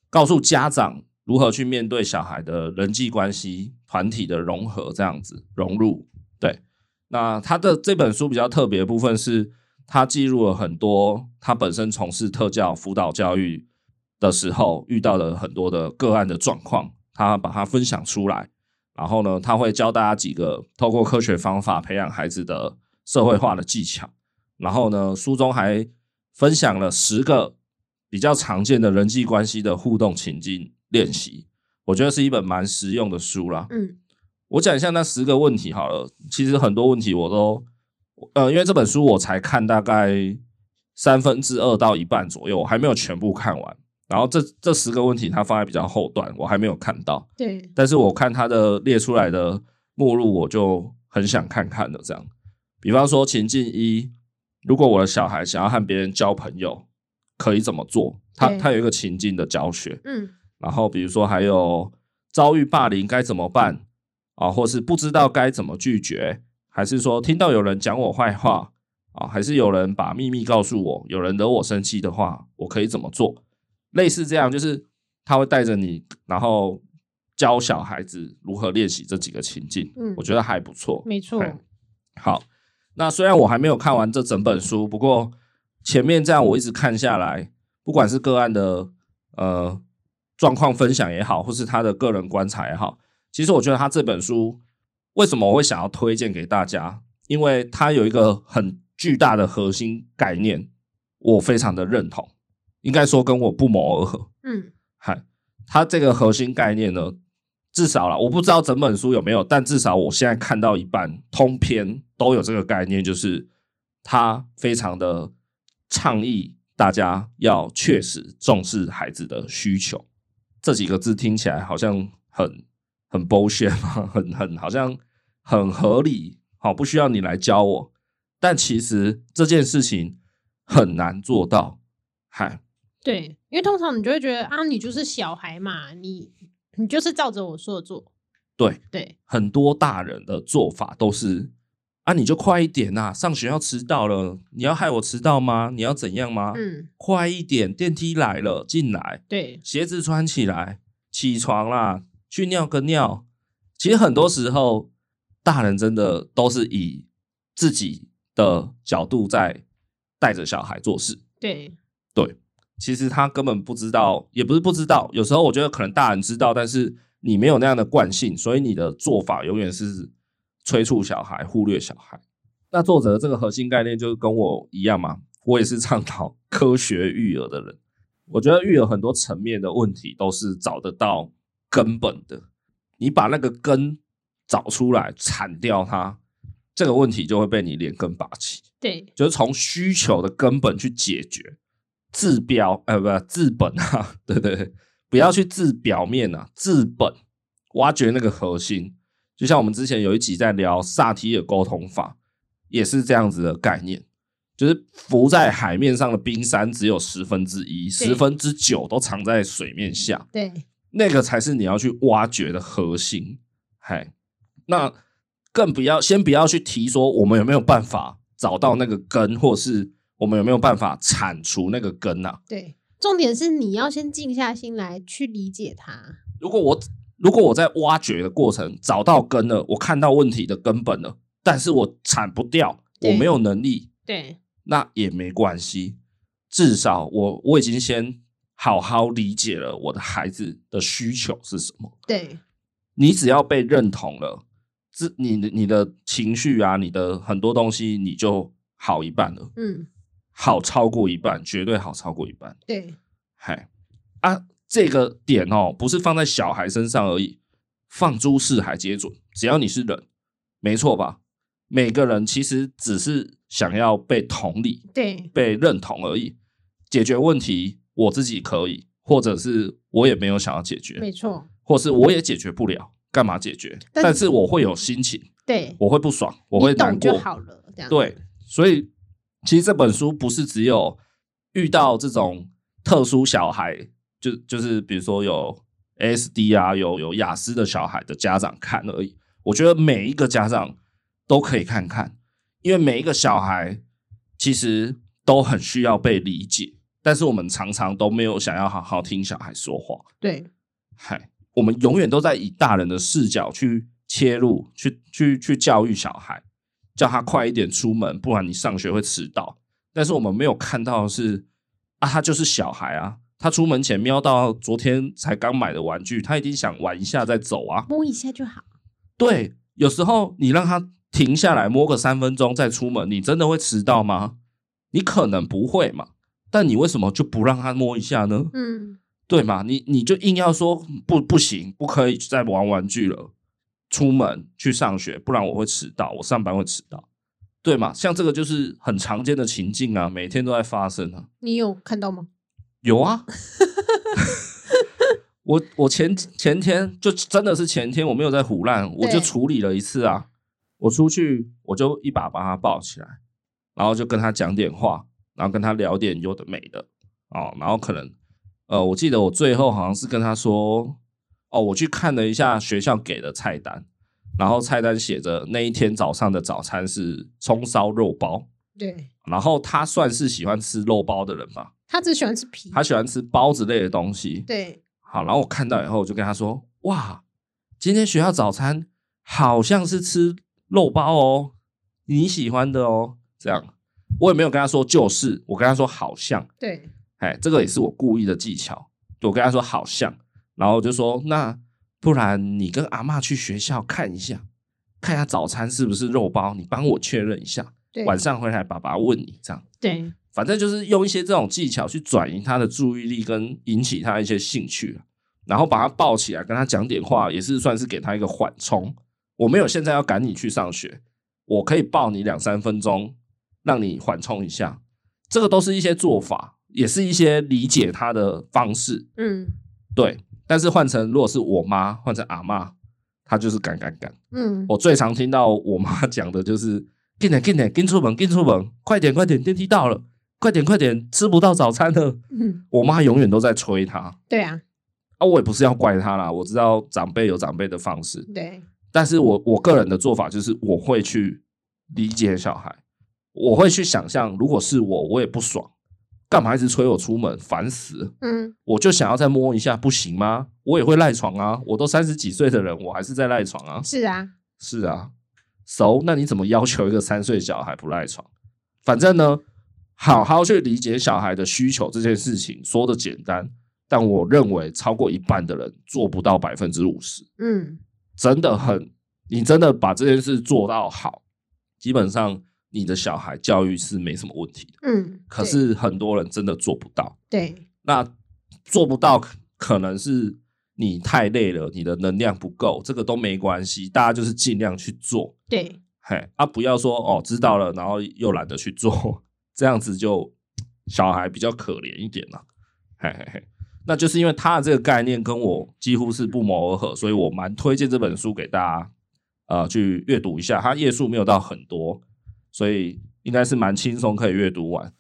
S1: 告诉家长如何去面对小孩的人际关系、团体的融合这样子融入。对，那他的这本书比较特别的部分是，他记录了很多他本身从事特教辅导教育的时候遇到的很多的个案的状况，他把它分享出来。然后呢，他会教大家几个透过科学方法培养孩子的社会化的技巧。然后呢，书中还分享了十个比较常见的人际关系的互动情境练习，我觉得是一本蛮实用的书啦。
S2: 嗯，
S1: 我讲一下那十个问题好了。其实很多问题我都，呃，因为这本书我才看大概三分之二到一半左右，我还没有全部看完。然后这这十个问题它放在比较后段，我还没有看到。
S2: 对，
S1: 但是我看他的列出来的目录，我就很想看看的。这样，比方说情境一，如果我的小孩想要和别人交朋友，可以怎么做？他
S2: 对
S1: 他有一个情境的教学，
S2: 嗯，
S1: 然后比如说还有遭遇霸凌该怎么办啊，或是不知道该怎么拒绝，还是说听到有人讲我坏话啊，还是有人把秘密告诉我，有人惹我生气的话，我可以怎么做？类似这样，就是他会带着你，然后教小孩子如何练习这几个情境，
S2: 嗯
S1: 我觉得还不错。
S2: 没错，
S1: 对好，那虽然我还没有看完这整本书，不过前面这样我一直看下来，不管是个案的呃状况分享也好，或是他的个人观察也好，其实我觉得他这本书为什么我会想要推荐给大家，因为他有一个很巨大的核心概念，我非常的认同，应该说跟我不谋而合。
S2: 嗯
S1: 嗨，它这个核心概念呢，至少啦，我不知道整本书有没有，但至少我现在看到一半，通篇都有这个概念，就是它非常的倡议大家要确实重视孩子的需求。这几个字听起来好像很很 bullshit 嘛， 很很好像很合理，好不需要你来教我，但其实这件事情很难做到，嗨。
S2: 对，因为通常你就会觉得啊，你就是小孩嘛，你你就是照着我说的做。
S1: 对
S2: 对，
S1: 很多大人的做法都是啊，你就快一点呐、上学要迟到了，你要害我迟到吗？你要怎样吗？
S2: 嗯，
S1: 快一点，电梯来了，进来，
S2: 对，
S1: 鞋子穿起来，起床啦，去尿个尿。其实很多时候，大人真的都是以自己的角度在带着小孩做事。
S2: 对，
S1: 其实他根本不知道，也不是不知道，有时候我觉得可能大人知道，但是你没有那样的惯性，所以你的做法永远是催促小孩、忽略小孩。那作者的这个核心概念就是跟我一样嘛，我也是倡导科学育儿的人。我觉得育儿很多层面的问题都是找得到根本的，你把那个根找出来，铲掉它，这个问题就会被你连根拔起。
S2: 对，
S1: 就是从需求的根本去解决，治标呃不治本啊， 对对对，不要去治表面啊，治本，挖掘那个核心。就像我们之前有一集在聊萨提尔沟通法，也是这样子的概念，就是浮在海面上的冰山只有十分之一，十分之九都藏在水面下。
S2: 对，
S1: 那个才是你要去挖掘的核心。嗨，那更不要先不要去提说我们有没有办法找到那个根，或是我们有没有办法铲除那个根啊？
S2: 对。重点是你要先静下心来去理解它。
S1: 如果我如果我在挖掘的过程找到根了，我看到问题的根本了，但是我铲不掉，我
S2: 对
S1: 没有能力，
S2: 对，
S1: 那也没关系，至少我我已经先好好理解了我的孩子的需求是什么。
S2: 对，
S1: 你只要被认同了，自你的你的情绪啊，你的很多东西，你就好一半了，
S2: 嗯，
S1: 好超过一半，绝对好超过一半。
S2: 对，
S1: 嗨啊，这个点哦，不是放在小孩身上而已，放诸四海皆准，只要你是人，没错吧？每个人其实只是想要被同理，
S2: 对，
S1: 被认同而已。解决问题我自己可以，或者是我也没有想要解决，
S2: 没错，
S1: 或是我也解决不了，干嘛解决？
S2: 但
S1: 但是我会有心情，
S2: 对，
S1: 我会不爽，我会
S2: 你
S1: 难
S2: 懂就
S1: 过。
S2: 好了，这样子
S1: 对，所以其实这本书不是只有遇到这种特殊小孩，就就是比如说有 SD 啊，有有雅思的小孩的家长看而已。我觉得每一个家长都可以看看，因为每一个小孩其实都很需要被理解，但是我们常常都没有想要好好听小孩说话。
S2: 对
S1: 嗨，我们永远都在以大人的视角去切入，去去去教育小孩，叫他快一点出门，不然你上学会迟到。但是我们没有看到的是啊，他就是小孩啊，他出门前瞄到昨天才刚买的玩具，他一定想玩一下再走啊。
S2: 摸一下就好。
S1: 对，有时候你让他停下来摸个三分钟再出门，你真的会迟到吗？你可能不会嘛，但你为什么就不让他摸一下呢？
S2: 嗯，
S1: 对嘛？你你就硬要说不不行，不可以再玩玩具了，出门去上学，不然我会迟到，我上班会迟到，对嘛？像这个就是很常见的情境啊，每天都在发生啊。
S2: 你有看到吗？
S1: 有啊， 我我前前天就真的是前天，我没有在胡乱，我就处理了一次啊。我出去，我就一把把他抱起来，然后就跟他讲点话，然后跟他聊点有的没的哦，然后可能呃，我记得我最后好像是跟他说，哦，我去看了一下学校给的菜单，然后菜单写着那一天早上的早餐是葱烧肉包，
S2: 对，
S1: 然后他算是喜欢吃肉包的人吧，
S2: 他只喜欢吃皮。
S1: 他喜欢吃包子类的东西。
S2: 对
S1: 好，然后我看到以后，我就跟他说：“哇，今天学校早餐好像是吃肉包哦，你喜欢的哦。”这样，我也没有跟他说就是，我跟他说好像，
S2: 对
S1: 哎，这个也是我故意的技巧。就我跟他说好像，然后我就说：“那不然你跟阿嬷去学校看一下，看一下早餐是不是肉包，你帮我确认一下。”
S2: 对
S1: 晚上回来爸爸问你这样，
S2: 对
S1: 反正就是用一些这种技巧去转移他的注意力，跟引起他一些兴趣，啊然后把他抱起来，跟他讲点话，也是算是给他一个缓冲。我没有现在要赶你去上学，我可以抱你两三分钟，让你缓冲一下。这个都是一些做法，也是一些理解他的方式。
S2: 嗯
S1: 对，但是换成如果是我妈，换成阿妈，她就是赶赶赶。
S2: 嗯，
S1: 我最常听到我妈 讲的就是“进来，进来，进出门，进出门，快点，快点，电梯到了，快点，快点，吃不到早餐了。
S2: 嗯”
S1: 我妈永远都在催她
S2: 对啊，
S1: 啊，我也不是要怪她啦，我知道长辈有长辈的方式，
S2: 对
S1: 但是我我个人的做法就是我会去理解小孩，我会去想象，如果是我，我也不爽，干嘛一直催我出门，烦死了。
S2: 嗯
S1: 我就想要再摸一下，不行吗？我也会赖床啊，我都三十几岁的人，我还是在赖床啊。
S2: 是啊，
S1: 是啊，熟，那你怎么要求一个三岁小孩不赖床？反正呢，好好去理解小孩的需求这件事情，说的简单，但我认为超过一半的人做不到百分之五十，
S2: 嗯
S1: 真的很，你真的把这件事做到好，基本上你的小孩教育是没什么问题的。
S2: 嗯，
S1: 可是很多人真的做不到，
S2: 对对
S1: 那做不到可可能是你太累了，你的能量不够，这个都没关系，大家就是尽量去做。
S2: 对
S1: 嘿，啊，不要说哦，知道了，然后又懒得去做，这样子就小孩比较可怜一点啦、嘿嘿嘿，那就是因为他的这个概念跟我几乎是不谋而合，所以我蛮推荐这本书给大家呃去阅读一下。它页数没有到很多，所以应该是蛮轻松可以阅读完。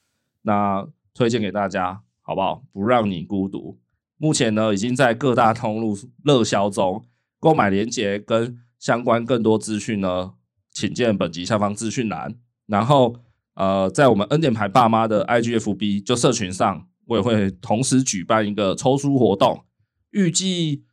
S1: 那推荐给大家，好不好？不让你孤独。目前呢，已经在各大通路热销中，购买链接跟相关更多资讯呢，请见本集下方资讯栏。然后，呃，在我们恩典牌爸妈的 IGFB 就社群上，我也会同时举办一个抽书活动，预计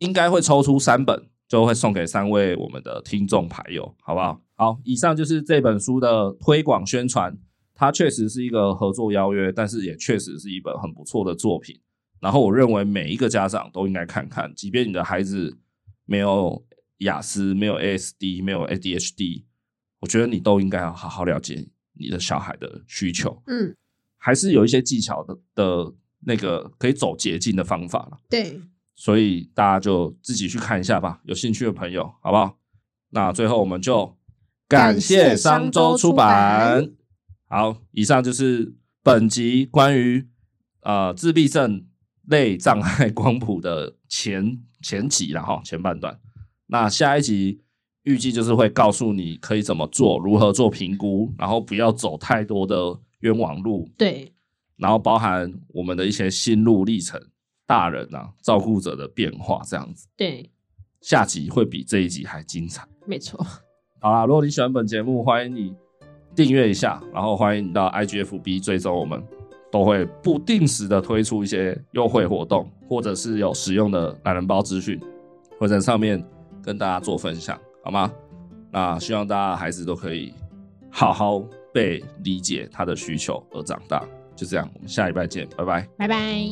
S1: 应该会抽出三本，就会送给三位我们的听众牌友，好不好？好，以上就是这本书的推广宣传。它确实是一个合作邀约，但是也确实是一本很不错的作品。然后我认为每一个家长都应该看看，即便你的孩子没有雅思、没有 ASD、没有 ADHD，我觉得你都应该要好好了解你的小孩的需求，
S2: 嗯
S1: 还是有一些技巧的的那个可以走捷径的方法啦
S2: 对
S1: 所以大家就自己去看一下吧，有兴趣的朋友，好不好？那最后我们就感谢商周出
S2: 感谢商周
S1: 版。好，以上就是本集关于呃自闭症类障碍 光谱的前前集了哈，前半段。那下一集预计就是会告诉你可以怎么做，如何做评估，然后不要走太多的冤枉路，
S2: 对
S1: 然后包含我们的一些心路历程、大人啊、照顾者的变化这样子。
S2: 对，
S1: 下集会比这一集还精彩。
S2: 没错，
S1: 好啦，如果你喜欢本节目，欢迎你订阅一下，然后欢迎你到 IGFB 追踪我们，都会不定时的推出一些优惠活动，或者是有实用的懒人包资讯，会在上面跟大家做分享，好吗？那希望大家孩子都可以好好被理解他的需求而长大。就这样，我们下礼拜见，拜拜。
S2: 拜拜。